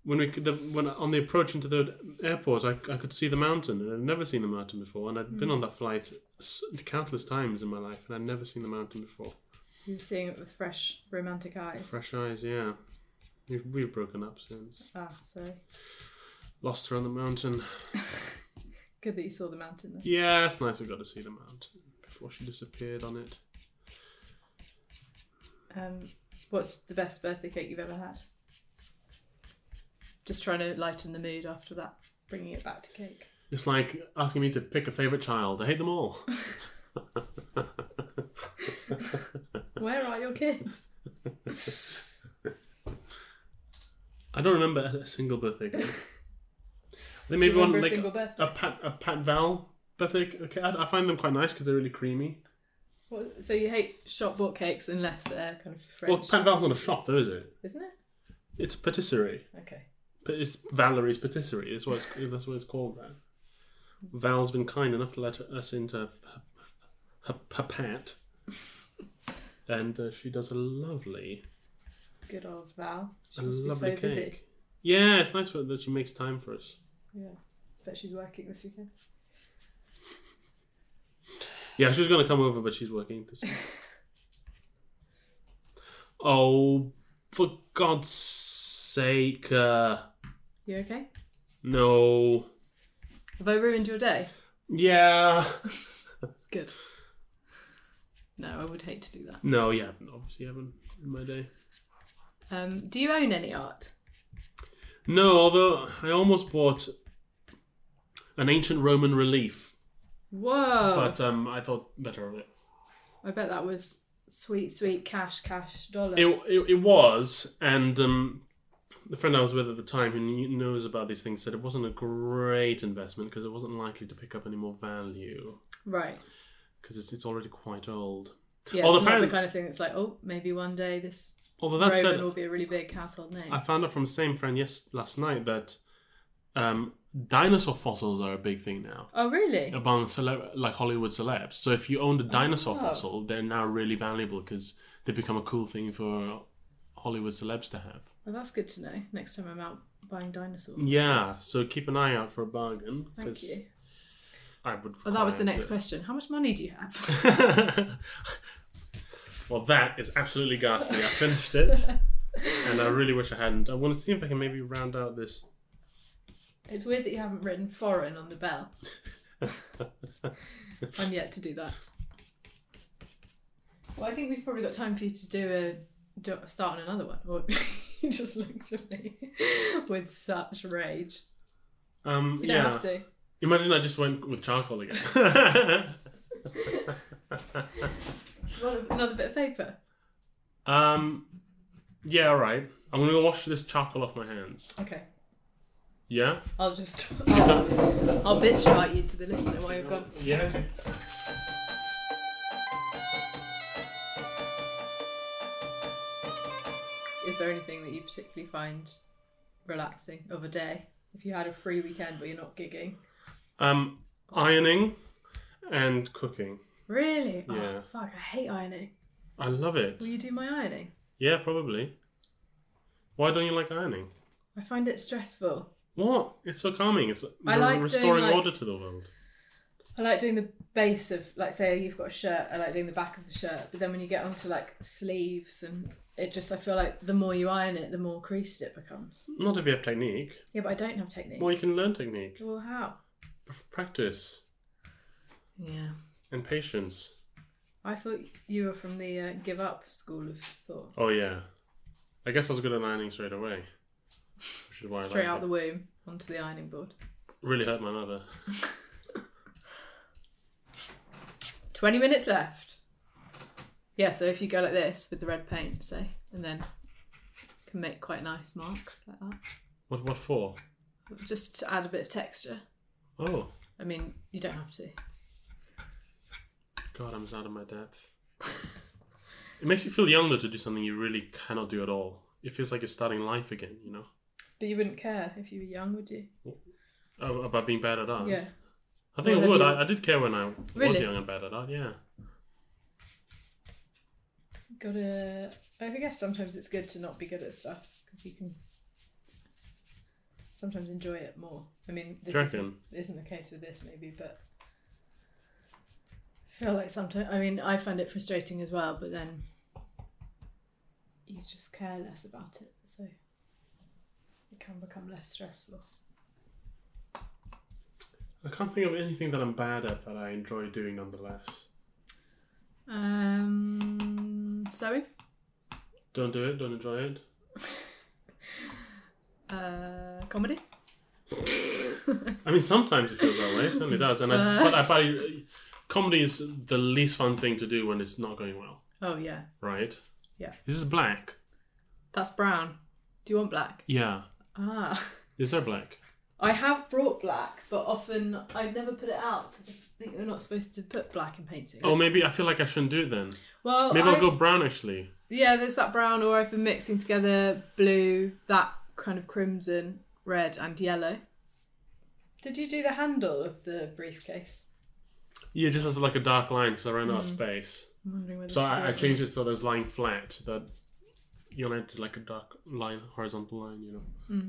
E: When we could, the, when on the approach into the airport, I, I could see the mountain, and I'd never seen the mountain before. And i had been on that flight s- countless times in my life, and I'd never seen the mountain before.
F: You're seeing it with fresh, romantic eyes.
E: Fresh eyes, yeah. We've, we've broken up since.
F: Ah, sorry.
E: Lost her on the mountain.
F: Good that you saw the mountain there.
E: Yeah, it's nice we got to see the mountain before she disappeared on it.
F: Um, what's the best birthday cake you've ever had? Just trying to lighten the mood after that, bringing it back to cake.
E: It's like asking me to pick a favorite child. I hate them all.
F: Where are your kids?
E: I don't remember a single birthday cake. I think
F: Do you
E: maybe one
F: remember a
E: like
F: single
E: a,
F: birthday?
E: Pat a Pat Val birthday. ca- Okay, I, I find them quite nice because they're really creamy.
F: What, so you hate shop bought cakes unless they're kind of
E: Well,
F: French,
E: Pat Val's not a shop though, is it?
F: isn't it?
E: It's a patisserie.
F: Okay.
E: But it's Valerie's patisserie. That's what it's, that's what it's called. That Val's been kind enough to let us into her, her, her pat, and uh, she does a lovely
F: Good old Val. She
E: A
F: must be so
E: lovely
F: busy.
E: cake. Yeah, it's nice that she makes time for us.
F: Yeah. Bet she's working this weekend.
E: Yeah, she was going to come over, but she's working this week. oh, for God's sake. Uh,
F: You okay?
E: no.
F: Have I ruined your day?
E: Yeah.
F: Good. No, I would hate to do that.
E: No, yeah, obviously haven't in my day.
F: Um, do you own any art?
E: No, although I almost bought an ancient Roman relief,
F: Whoa!
E: but um, I thought better of it.
F: I bet that was sweet, sweet cash, cash dollar.
E: It, it, it was, and um, the friend I was with at the time who knew, knows about these things said it wasn't a great investment because it wasn't likely to pick up any more value
F: Right.
E: because it's, it's already quite old.
F: Yeah,
E: Well,
F: it's
E: the
F: not the
E: parent-
F: kind of thing that's like, oh, maybe one day this
E: Although that
F: Roman
E: said,
F: will be a really big household name.
E: I found out from the same friend yes last night that um, dinosaur fossils are a big thing now
F: oh, really?
E: among celeb- like Hollywood celebs. So if you owned a dinosaur
F: Oh.
E: fossil, they're now really valuable because they become a cool thing for Hollywood celebs to have.
F: Well, that's good to know. Next time I'm out buying dinosaurs.
E: Yeah, so keep an eye out for a bargain.
F: Thank
E: 'cause
F: you.
E: I would.
F: Well, that was the
E: require
F: next
E: to-
F: question. How much money do you have?
E: well, that is absolutely ghastly. I finished it, and I really wish I hadn't. I want to see if I can maybe round out this.
F: it's weird that you haven't written foreign on the bell. I'm yet to do that. Well, I think we've probably got time for you to do a do, start on another one. Or you just looked at me with such rage.
E: Um,
F: You don't
E: yeah.
F: have to.
E: Imagine I just went with charcoal again.
F: You want another bit of paper?
E: um, yeah, all right. I'm gonna go wash this charcoal off my hands.
F: Okay.
E: Yeah.
F: I'll just I'll, I'll bitch about you to the listener while you've gone.
E: Yeah. Okay.
F: Is there anything that you particularly find relaxing of a day? If you had a free weekend where you're not gigging?
E: Um, ironing and cooking.
F: Really?
E: Yeah.
F: Oh fuck, I hate ironing.
E: I love it.
F: Will you do my ironing?
E: Yeah, probably. Why don't you like ironing?
F: I find it stressful.
E: What? It's so calming. It's
F: I
E: you're
F: like doing,
E: restoring
F: like-
E: order to the world.
F: I like doing the base of like say you've got a shirt, I like doing the back of the shirt, but then when you get onto like sleeves and it just I feel like the more you iron it, the more creased it becomes.
E: Not if you have technique.
F: Yeah, but I don't have technique.
E: Well, you can learn technique,
F: Well how?
E: practice,
F: Yeah.
E: and patience.
F: I thought you were from the uh, give up school of thought.
E: Oh yeah, I guess I was good at ironing straight away. Which is why
F: Straight
E: I
F: out
E: like
F: the womb onto the ironing board.
E: it. really hurt my mother.
F: 20 minutes left. Yeah, so if you go like this with the red paint, say, and then can make quite nice marks like that.
E: What? What for?
F: Just to add a bit of texture.
E: Oh
F: I mean, you don't have to.
E: God, I'm just out of my depth. it makes you feel young though to do something you really cannot do at all. It feels like you're starting life again, you know,
F: But you wouldn't care if you were young, would you?
E: Oh, about being bad at art.
F: Yeah.
E: I think I
F: Well, have
E: would.
F: you-
E: I, I did care when I was
F: Really?
E: young and bad at art. Yeah.
F: Gotta. I guess sometimes it's good to not be good at stuff because you can sometimes enjoy it more. I mean, this
E: Do you
F: isn't,
E: reckon?
F: isn't the case with this, maybe, but I feel like sometimes. I mean, I find it frustrating as well, but then you just care less about it, so it can become less stressful.
E: I can't think of anything that I'm bad at that I enjoy doing nonetheless.
F: Um, sewing.
E: Don't do it. Don't enjoy it.
F: Uh, comedy.
E: I mean, sometimes it feels that way. It certainly does. And I, but I find comedy is the least fun thing to do when it's not going well,
F: Oh yeah,
E: right?
F: Yeah.
E: This is black.
F: that's brown. Do you want black?
E: Yeah.
F: Ah.
E: Is there black?
F: I have brought black, but often I never put it out because I think they're not supposed to put black in painting.
E: Oh, maybe I feel like I shouldn't do it then.
F: well,
E: Maybe I'll
F: I've-
E: go brown actually.
F: Yeah, there's that brown, or I've been mixing together blue, that kind of crimson, red, and yellow. Did you do the handle of the briefcase?
E: Yeah, just as like a dark line because I ran out of space.
F: Hmm. I'm wondering whether
E: So
F: to do
E: I, I
F: it.
E: changed it so there's lying flat so that you only did like a dark line, horizontal line, you know.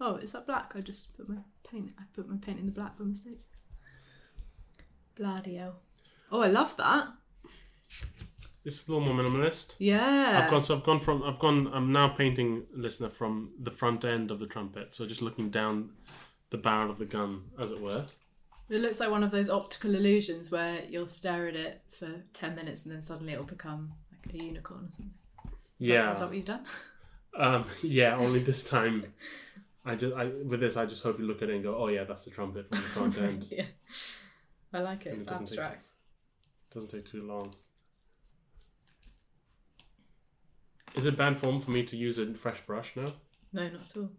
F: Oh, is that black? I just put my paint. I put my paint in the black by mistake. Bloody hell! Oh, I love that.
E: It's a little more minimalist.
F: Yeah.
E: I've gone. So I've gone from. I've gone. I'm now painting listener from the front end of the trumpet. So just looking down the barrel of the gun, as it were.
F: It looks like one of those optical illusions where you'll stare at it for 10 minutes and then suddenly it'll become like a unicorn or something. Is that-
E: Yeah.
F: is that what you've done?
E: Um, yeah, only this time. I just I, with this, I just hope you look at it and go, "Oh yeah, that's the trumpet from the front end."
F: yeah. I like it.
E: And it
F: It's
E: doesn't take-
F: abstract.
E: Doesn't take too long. Is it banned form for me to use a fresh brush now?
F: No, not at all.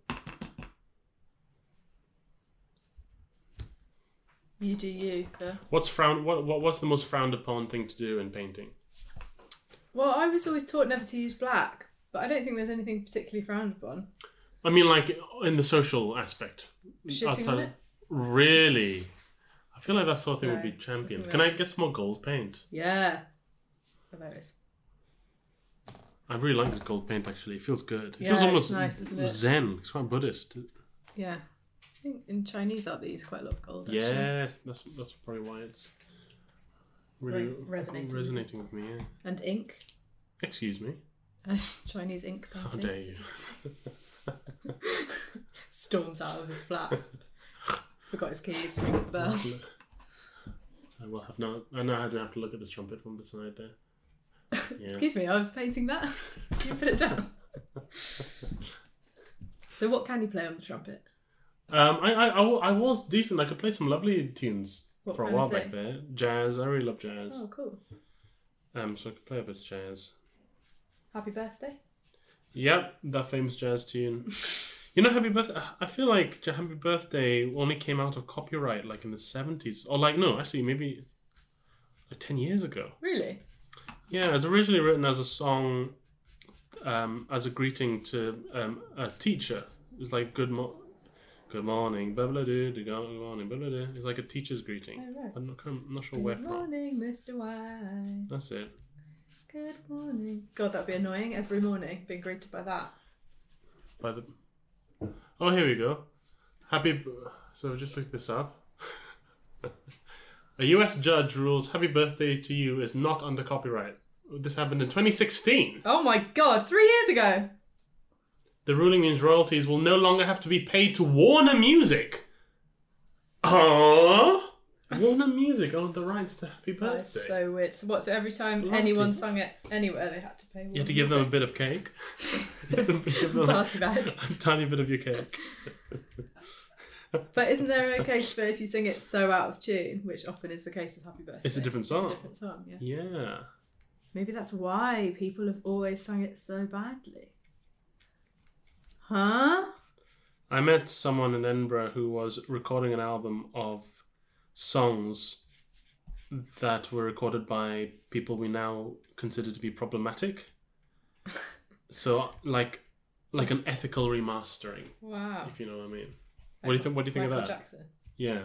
F: You do you. Yeah.
E: What's frowned? What, what what's the most frowned upon thing to do in painting?
F: Well, I was always taught never to use black, but I don't think there's anything particularly frowned upon.
E: I mean, like in the social aspect.
F: Shitting on it?
E: Really, I feel like that sort of thing would be
F: No.
E: championed. Can I get some more gold paint?
F: Yeah. Oh, there it is.
E: I really like this gold paint. Actually, it feels good. It
F: Yeah,
E: feels
F: it's
E: almost
F: nice, isn't it?
E: Zen. It's quite Buddhist.
F: Yeah. I think in Chinese art they use quite a lot of gold. actually.
E: Yes, that's that's probably why it's really
F: Re- resonating.
E: resonating with me. Yeah.
F: And ink.
E: Excuse me.
F: Chinese ink
E: How
F: painting.
E: dare you?
F: Storms out of his flat. Forgot his keys, rings the bell.
E: I will have now. I now I do have to look at this trumpet from the side there. Yeah.
F: Excuse me, I was painting that. you put it down. so, what can you play on the trumpet?
E: Um, I, I, I, wa- I was decent. I could play some lovely tunes
F: What
E: for a
F: kind of
E: while back
F: thing?
E: there. Jazz. I really love jazz.
F: Oh, cool.
E: Um, so I could play a bit of jazz.
F: Happy birthday.
E: Yep, that famous jazz tune. you know, Happy Birthday. I feel like J- Happy Birthday only came out of copyright like in the seventies, or like no, actually maybe like ten years ago.
F: Really?
E: Yeah, it was originally written as a song, um, as a greeting to um, a teacher. It was like good mo- good morning, blah blah doo, doo, go- good morning, blah blah doo. It's like a teacher's greeting.
F: Oh, right.
E: I'm not, I'm not sure where
F: Good
E: from.
F: morning, Mr. White.
E: That's it.
F: Good morning. God, that'd be annoying every morning being greeted by that.
E: By the. Oh, here we go. Happy. b- So I've just looked this up. a U.S. judge rules "Happy Birthday to You" is not under copyright. This happened in 2016.
F: Oh my god, three years ago!
E: The ruling means royalties will no longer have to be paid to Warner Music. Ah, Warner Music owned the rights to Happy Birthday.
F: That's so weird. So, what? So, every time
E: Bloody
F: anyone
E: hell.
F: sung it anywhere, they had to pay
E: you had to give them a bit of cake. You had to give them
F: Party bag.
E: a tiny bit of your cake.
F: But isn't there a case for if you sing it so out of tune, which often is the case with Happy Birthday?
E: It's a different song.
F: It's a different song, yeah.
E: Yeah.
F: Maybe that's why people have always sung it so badly. Huh?
E: I met someone in Edinburgh who was recording an album of songs that were recorded by people we now consider to be problematic. so like like an ethical remastering,
F: Wow.
E: if you know what I mean. What do you think what do you think
F: Michael
E: of that?
F: Jackson.
E: Yeah.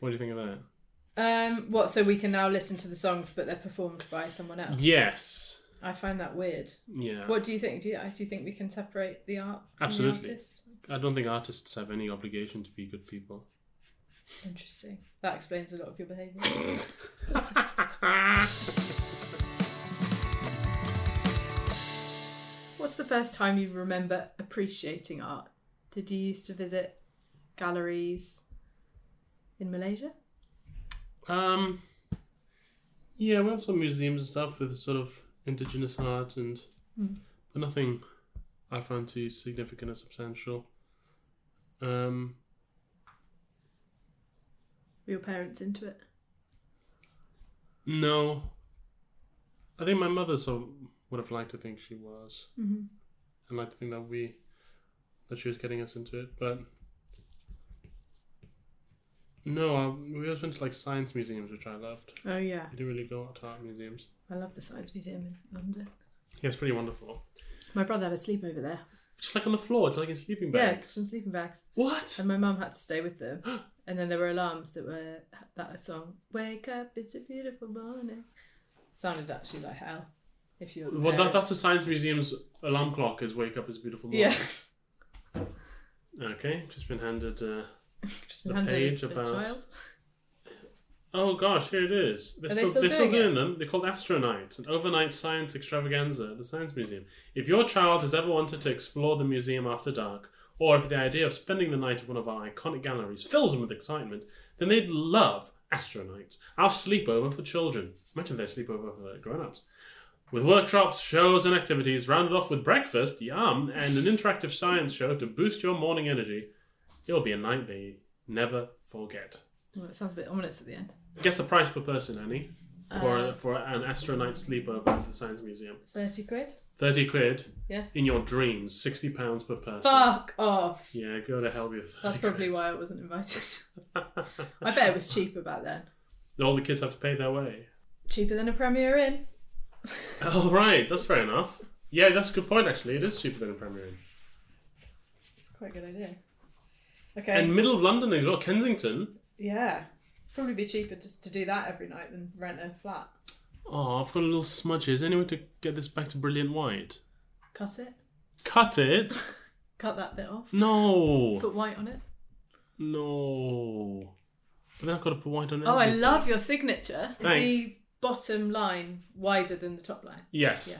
E: What do you think of that?
F: Um, what? So we can now listen to the songs, but they're performed by someone else.
E: Yes.
F: I find that weird.
E: Yeah.
F: Oh. What do you think? Do you, do you think we can separate the art from the
E: Absolutely.
F: artist?
E: I don't think artists have any obligation to be good people.
F: Interesting. That explains a lot of your behaviour. What's the first time you remember appreciating art? Did you used to visit galleries in Malaysia?
E: Um, yeah, we have some museums and stuff with sort of indigenous art and,
F: Hmm.
E: but nothing I found too significant or substantial. Um,
F: Were your parents into it?
E: no. I think my mother sort of would have liked to think she was, mm-hmm. and like to think that we, that she was getting us into it, but. No, I, we always went to like science museums, which I loved.
F: Oh yeah,
E: We didn't really go to art museums.
F: I love the Science Museum in London.
E: Yeah, it's pretty wonderful.
F: My brother had a sleepover there.
E: Just like on the floor, just like in sleeping
F: Yeah,
E: bag.
F: just some sleeping bags.
E: What?
F: And my mum had to stay with them. And then there were alarms that were that song, Wake Up, It's a Beautiful Morning. Sounded actually like hell. If you're
E: Well, that,
F: prepared.
E: that's the science museum's alarm clock. Is wake up is a beautiful morning.
F: Yeah.
E: Okay, just been handed. Uh...
F: Just been
E: The
F: handed
E: page
F: a,
E: about-
F: child.
E: Oh gosh, here it is. They're
F: Are they
E: still,
F: still
E: they're still
F: doing it?
E: doing them. They're called Astronaut, an overnight science extravaganza at the Science Museum. If your child has ever wanted to explore the museum after dark, or if the idea of spending the night at one of our iconic galleries fills them with excitement, then they'd love Astronauts, our sleepover for children. Imagine their sleepover for grown ups. With workshops, shows, and activities, rounded off with breakfast, yum, and an interactive science show to boost your morning energy, it'll be a night they never forget.
F: Well, it sounds a bit ominous at the end.
E: Guess the price per person, Annie, for,
F: Uh.
E: for an astronaut sleepover at the Science Museum.
F: Thirty quid.
E: 30 quid
F: Yeah.
E: in your dreams, 60 pounds per person.
F: Fuck off.
E: Yeah, go to hell with
F: That's probably why I wasn't invited. I bet it was cheaper back then.
E: All the kids have to pay their way.
F: Cheaper than a Premier Inn.
E: All right, that's fair enough. Yeah, that's a good point, actually. It is cheaper than a Premier Inn.
F: It's quite a good idea. Okay.
E: And middle of London as well, Kensington.
F: yeah. Probably be cheaper just to do that every night than rent a flat.
E: Oh, I've got a little smudge. here. Is there any way to get this back to brilliant white?
F: Cut it.
E: Cut it?
F: Cut that bit off.
E: No.
F: Put white on it.
E: No. But then I've got to put white on it.
F: Oh, I love your signature. It's
E: Thanks.
F: the bottom line wider than the top line.
E: Yes.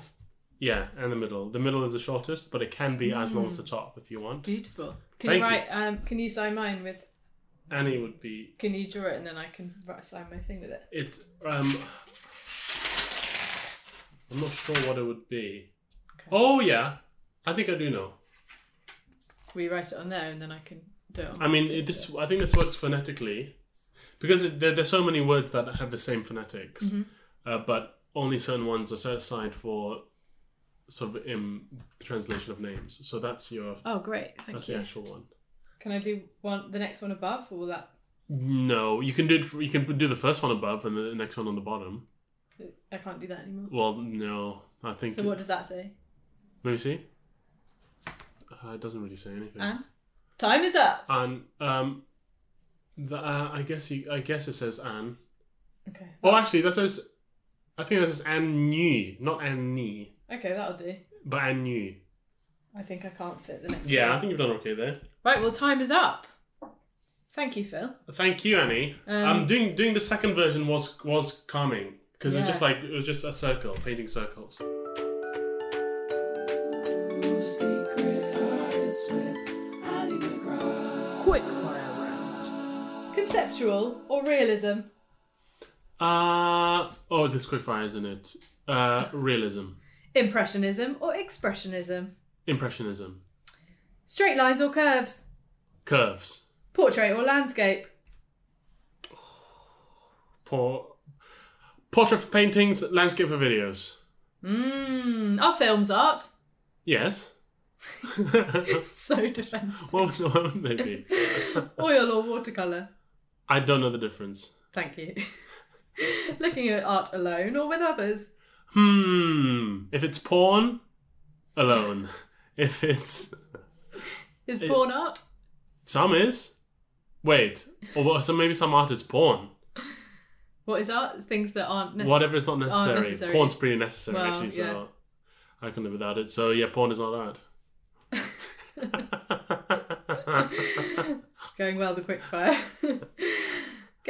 E: Yeah. and the middle. The middle is the shortest, but it can be as long as the
F: Mm.
E: top if you want.
F: Beautiful.
E: Thank
F: Can
E: you.
F: you write? Um, can you sign mine with?
E: Annie would be
F: Can you draw it and then I can write, sign my thing with it?
E: It um I'm not sure what it would be. Oh yeah. I think I do know.
F: We write it on there and then I can do it. On
E: I mean it, this I think this works phonetically because it, there, there's so many words that have the same phonetics
F: Mm-hmm.
E: uh, but only certain ones are set aside for sort of in translation of names. So that's your
F: Oh, great! Thank
E: that's
F: you.
E: the actual one.
F: Can I do one? The next one above, or will that?
E: No, you can do it for, you can do the first one above and the next one on the bottom.
F: I can't do that anymore.
E: Well, no. I think
F: So what does that say?
E: Let me see. Uh, it doesn't really say anything.
F: Anne, time is up.
E: Anne. Um, the, uh, I guess you, I guess it says Anne.
F: Okay.
E: Oh, actually, that says. I think that says Anne, not Annie,
F: Okay, that'll do.
E: but Anne.
F: I think I can't fit the next.
E: Yeah,
F: One.
E: I think you've done okay there.
F: Right. Well, time is up. Thank you, Phil.
E: Thank you, Annie. Um, doing doing the second version was was calming because it was
F: Yeah.
E: just like it was just a circle, painting circles.
D: Quickfire round.
F: Conceptual or realism?
E: Uh oh, this quickfire isn't it? Uh, realism,
F: Impressionism or expressionism?
E: impressionism,
F: Straight lines or curves?
E: curves,
F: Portrait or landscape?
E: por- portrait for paintings, landscape for videos.
F: Mmm, our film's art.
E: Yes.
F: So defensive.
E: what would they be?
F: Oil or watercolour?
E: I don't know the difference.
F: Thank you. Looking at art alone or with others?
E: Hmm. If it's porn, alone. If it's
F: Is porn art?
E: some is, wait, or what- so maybe some art is porn.
F: What is art? It's Things that aren't necessary.
E: Whatever is not
F: Aren't
E: necessary.
F: oh, necessary.
E: Porn's pretty necessary
F: Well,
E: actually. So
F: yeah.
E: I couldn't live without it. So yeah, porn is not art.
F: It's going well, the quickfire.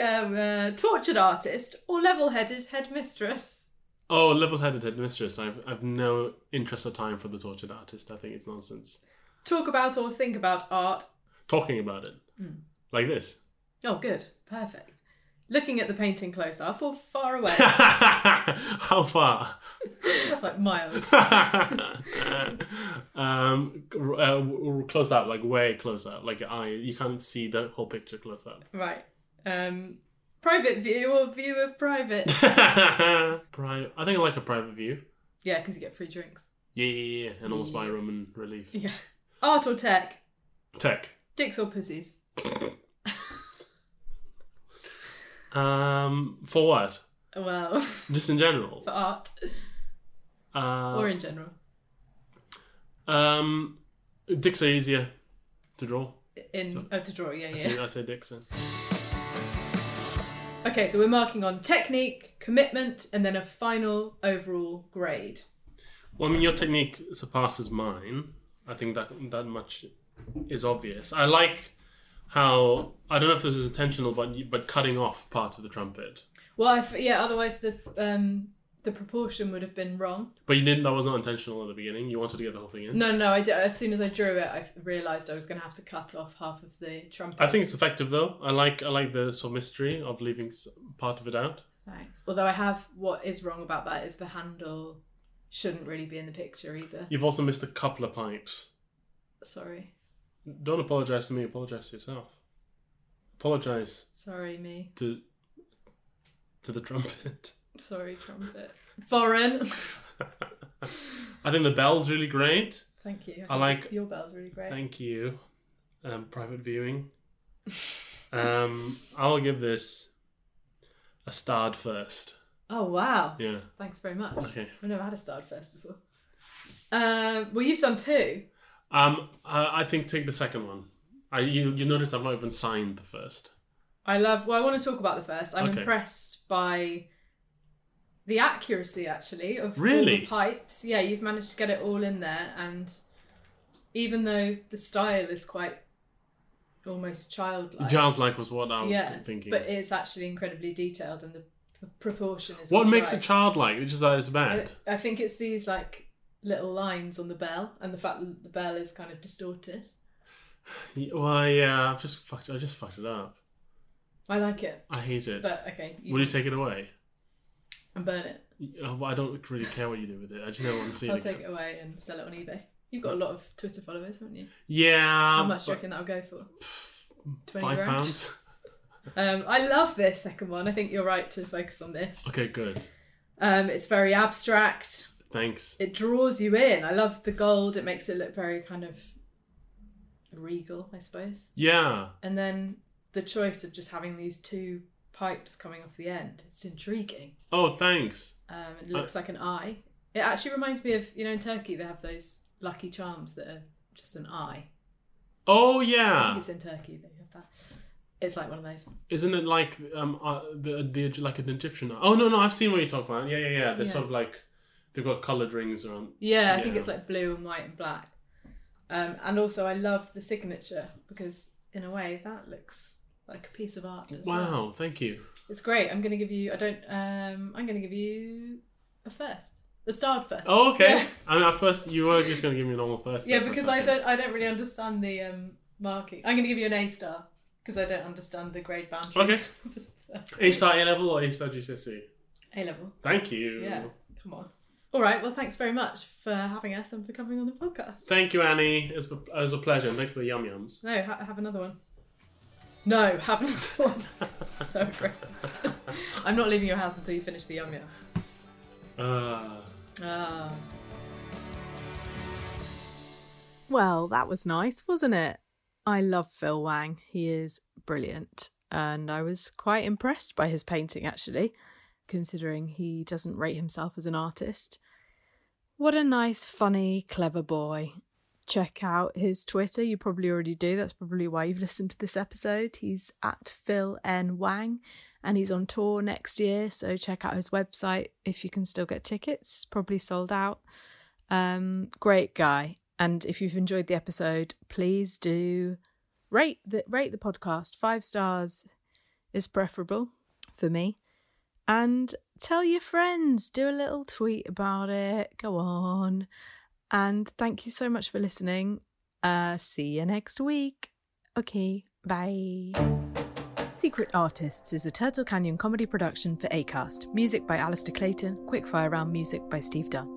F: um, uh, tortured artist or level headed headmistress?
E: Oh, level-headed headmistress. I've I've no interest or time for the tortured artist. I think it's nonsense.
F: Talk about or think about art
E: Talking about it
F: Hmm.
E: like this.
F: Oh, good. Perfect. Looking at the painting close up or far away,
E: How far?
F: like miles.
E: um, uh, w- close up, like way close up, like your eye. You can't see the whole picture close up.
F: Right. Um, private view or view of private?
E: Pri- I think I like a private view.
F: yeah, because you get free drinks.
E: Yeah, yeah, yeah. And almost by Roman relief.
F: Yeah. Art or tech?
E: Tech.
F: Dicks or pussies?
E: Um, for what?
F: Well,
E: Just in general.
F: for art
E: Uh,
F: or in general.
E: um, dicks are easier to draw.
F: In oh, to draw, yeah,
E: I
F: yeah.
E: say, I say dicks then.
F: Okay, so we're marking on technique, commitment, and then a final overall grade.
E: Well, I mean, your technique surpasses mine. I think that that much is obvious. I like how I don't know if this is intentional, but but cutting off part of the trumpet.
F: Well, I f- yeah. Otherwise, the um, the proportion would have been wrong.
E: But you didn't. That was not intentional at the beginning. You wanted to get the whole thing in.
F: No, no, I did. As soon as I drew it, I realised I was going to have to cut off half of the trumpet.
E: I think it's effective though. I like I like the sort of mystery of leaving s- part of it out.
F: Thanks. Although I have what is wrong about that is the handle shouldn't really be in the picture either.
E: You've also missed a couple of pipes.
F: Sorry,
E: Don't apologize to me. Apologize to yourself. Apologize
F: sorry, me.
E: to to the trumpet.
F: Sorry, trumpet. Foreign.
E: I think the bell's really great.
F: Thank you.
E: I like-
F: your bell's really great.
E: Thank you. Um, private viewing. Um, I'll give this a starred first.
F: oh wow.
E: Yeah.
F: Thanks very much.
E: Okay.
F: I've never had a starred first before. Um, well, you've done two.
E: Um, I, I think take the second one. I you you notice I've not even signed the first.
F: I love. Well, I want to talk about the first. I'm
E: Okay.
F: impressed by the accuracy, actually, of all
E: Really?
F: the pipes. Yeah, you've managed to get it all in there, and even though the style is quite almost childlike,
E: Childlike was what I was
F: yeah,
E: thinking.
F: but it's actually incredibly detailed, and the p- proportion is.
E: what
F: all
E: makes
F: right.
E: it childlike? It's just that it's bad.
F: I, I think it's these like little lines on the bell, and the fact that the bell is kind of distorted.
E: Y- Well, yeah, I've just fucked. I just fucked it up.
F: I like it,
E: I hate it.
F: but okay, you,
E: Will you take it away?
F: and burn it.
E: Oh, well, I don't really care what you do with it. I just don't want to see
F: I'll
E: it. again.
F: take it away and sell it on eBay. You've got a lot of Twitter followers, haven't you?
E: Yeah.
F: How much do you
E: but
F: reckon that'll go for? 20
E: Five
F: grand?
E: pounds.
F: Um, I love this second one. I think you're right to focus on this.
E: Okay, good.
F: Um, it's very abstract.
E: Thanks.
F: It draws you in. I love the gold. It makes it look very kind of regal, I suppose.
E: Yeah.
F: And then the choice of just having these two pipes coming off the end. It's intriguing.
E: Oh, thanks.
F: Um, it looks like an eye. It actually reminds me of, you know, in Turkey they have those lucky charms that are just an eye.
E: Oh
F: I think
E: yeah.
F: it's in Turkey they have that. It's like one of those.
E: Isn't it like um uh, the the like an Egyptian? Oh no no, I've seen what you talk about. Yeah yeah yeah. They're
F: Yeah.
E: sort of like they've got coloured rings around.
F: Yeah, I think
E: Yeah.
F: it's like blue and white and black. Um, and also, I love the signature because, in a way, that looks like a piece of art. As
E: wow,
F: well.
E: thank you.
F: it's great. I'm going to give you. I don't. Um, I'm going to give you a first, a starred first.
E: Oh okay.
F: Yeah.
E: I mean, at first you were just gonna give me a normal first.
F: Yeah,
E: there for a
F: because I
E: second.
F: don't. I don't really understand the um, marking. I'm going to give you an A star because I don't understand the grade boundaries.
E: A star A level or A star GCSE.
F: A level.
E: Thank you.
F: Yeah. Come on. All right. Well, thanks very much for having us and for coming on the podcast.
E: Thank you, Annie. It was, it was a pleasure. And thanks for the yum yums.
F: No, ha- have another one. No, have another one. so aggressive. I'm not leaving your house until you finish the yum yums.
E: Uh,
F: Ah.
D: Well, that was nice, wasn't it? I love Phil Wang. He is brilliant. And I was quite impressed by his painting, actually, considering he doesn't rate himself as an artist. What a nice, funny, clever boy. Check out his Twitter. You probably already do. That's probably why you've listened to this episode. He's at Phil N. Wang and he's on tour next year. So check out his website if you can still get tickets. Probably sold out. Um, great guy. And if you've enjoyed the episode, please do rate the rate the podcast. Five stars is preferable for me. And tell your friends. Do a little tweet about it. Go on. And thank you so much for listening. Uh, see you next week. Okay, bye. Secret Artists is a Turtle Canyon comedy production for ACAST. Music by Alistair Clayton, Quickfire Round music by Steve Dunn.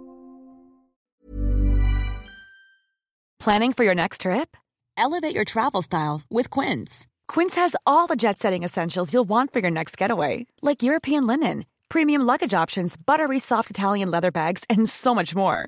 H: Planning for your next trip? Elevate your travel style with Quince. Quince has all the jet setting essentials you'll want for your next getaway, like European linen, premium luggage options, buttery soft Italian leather bags, and so much more.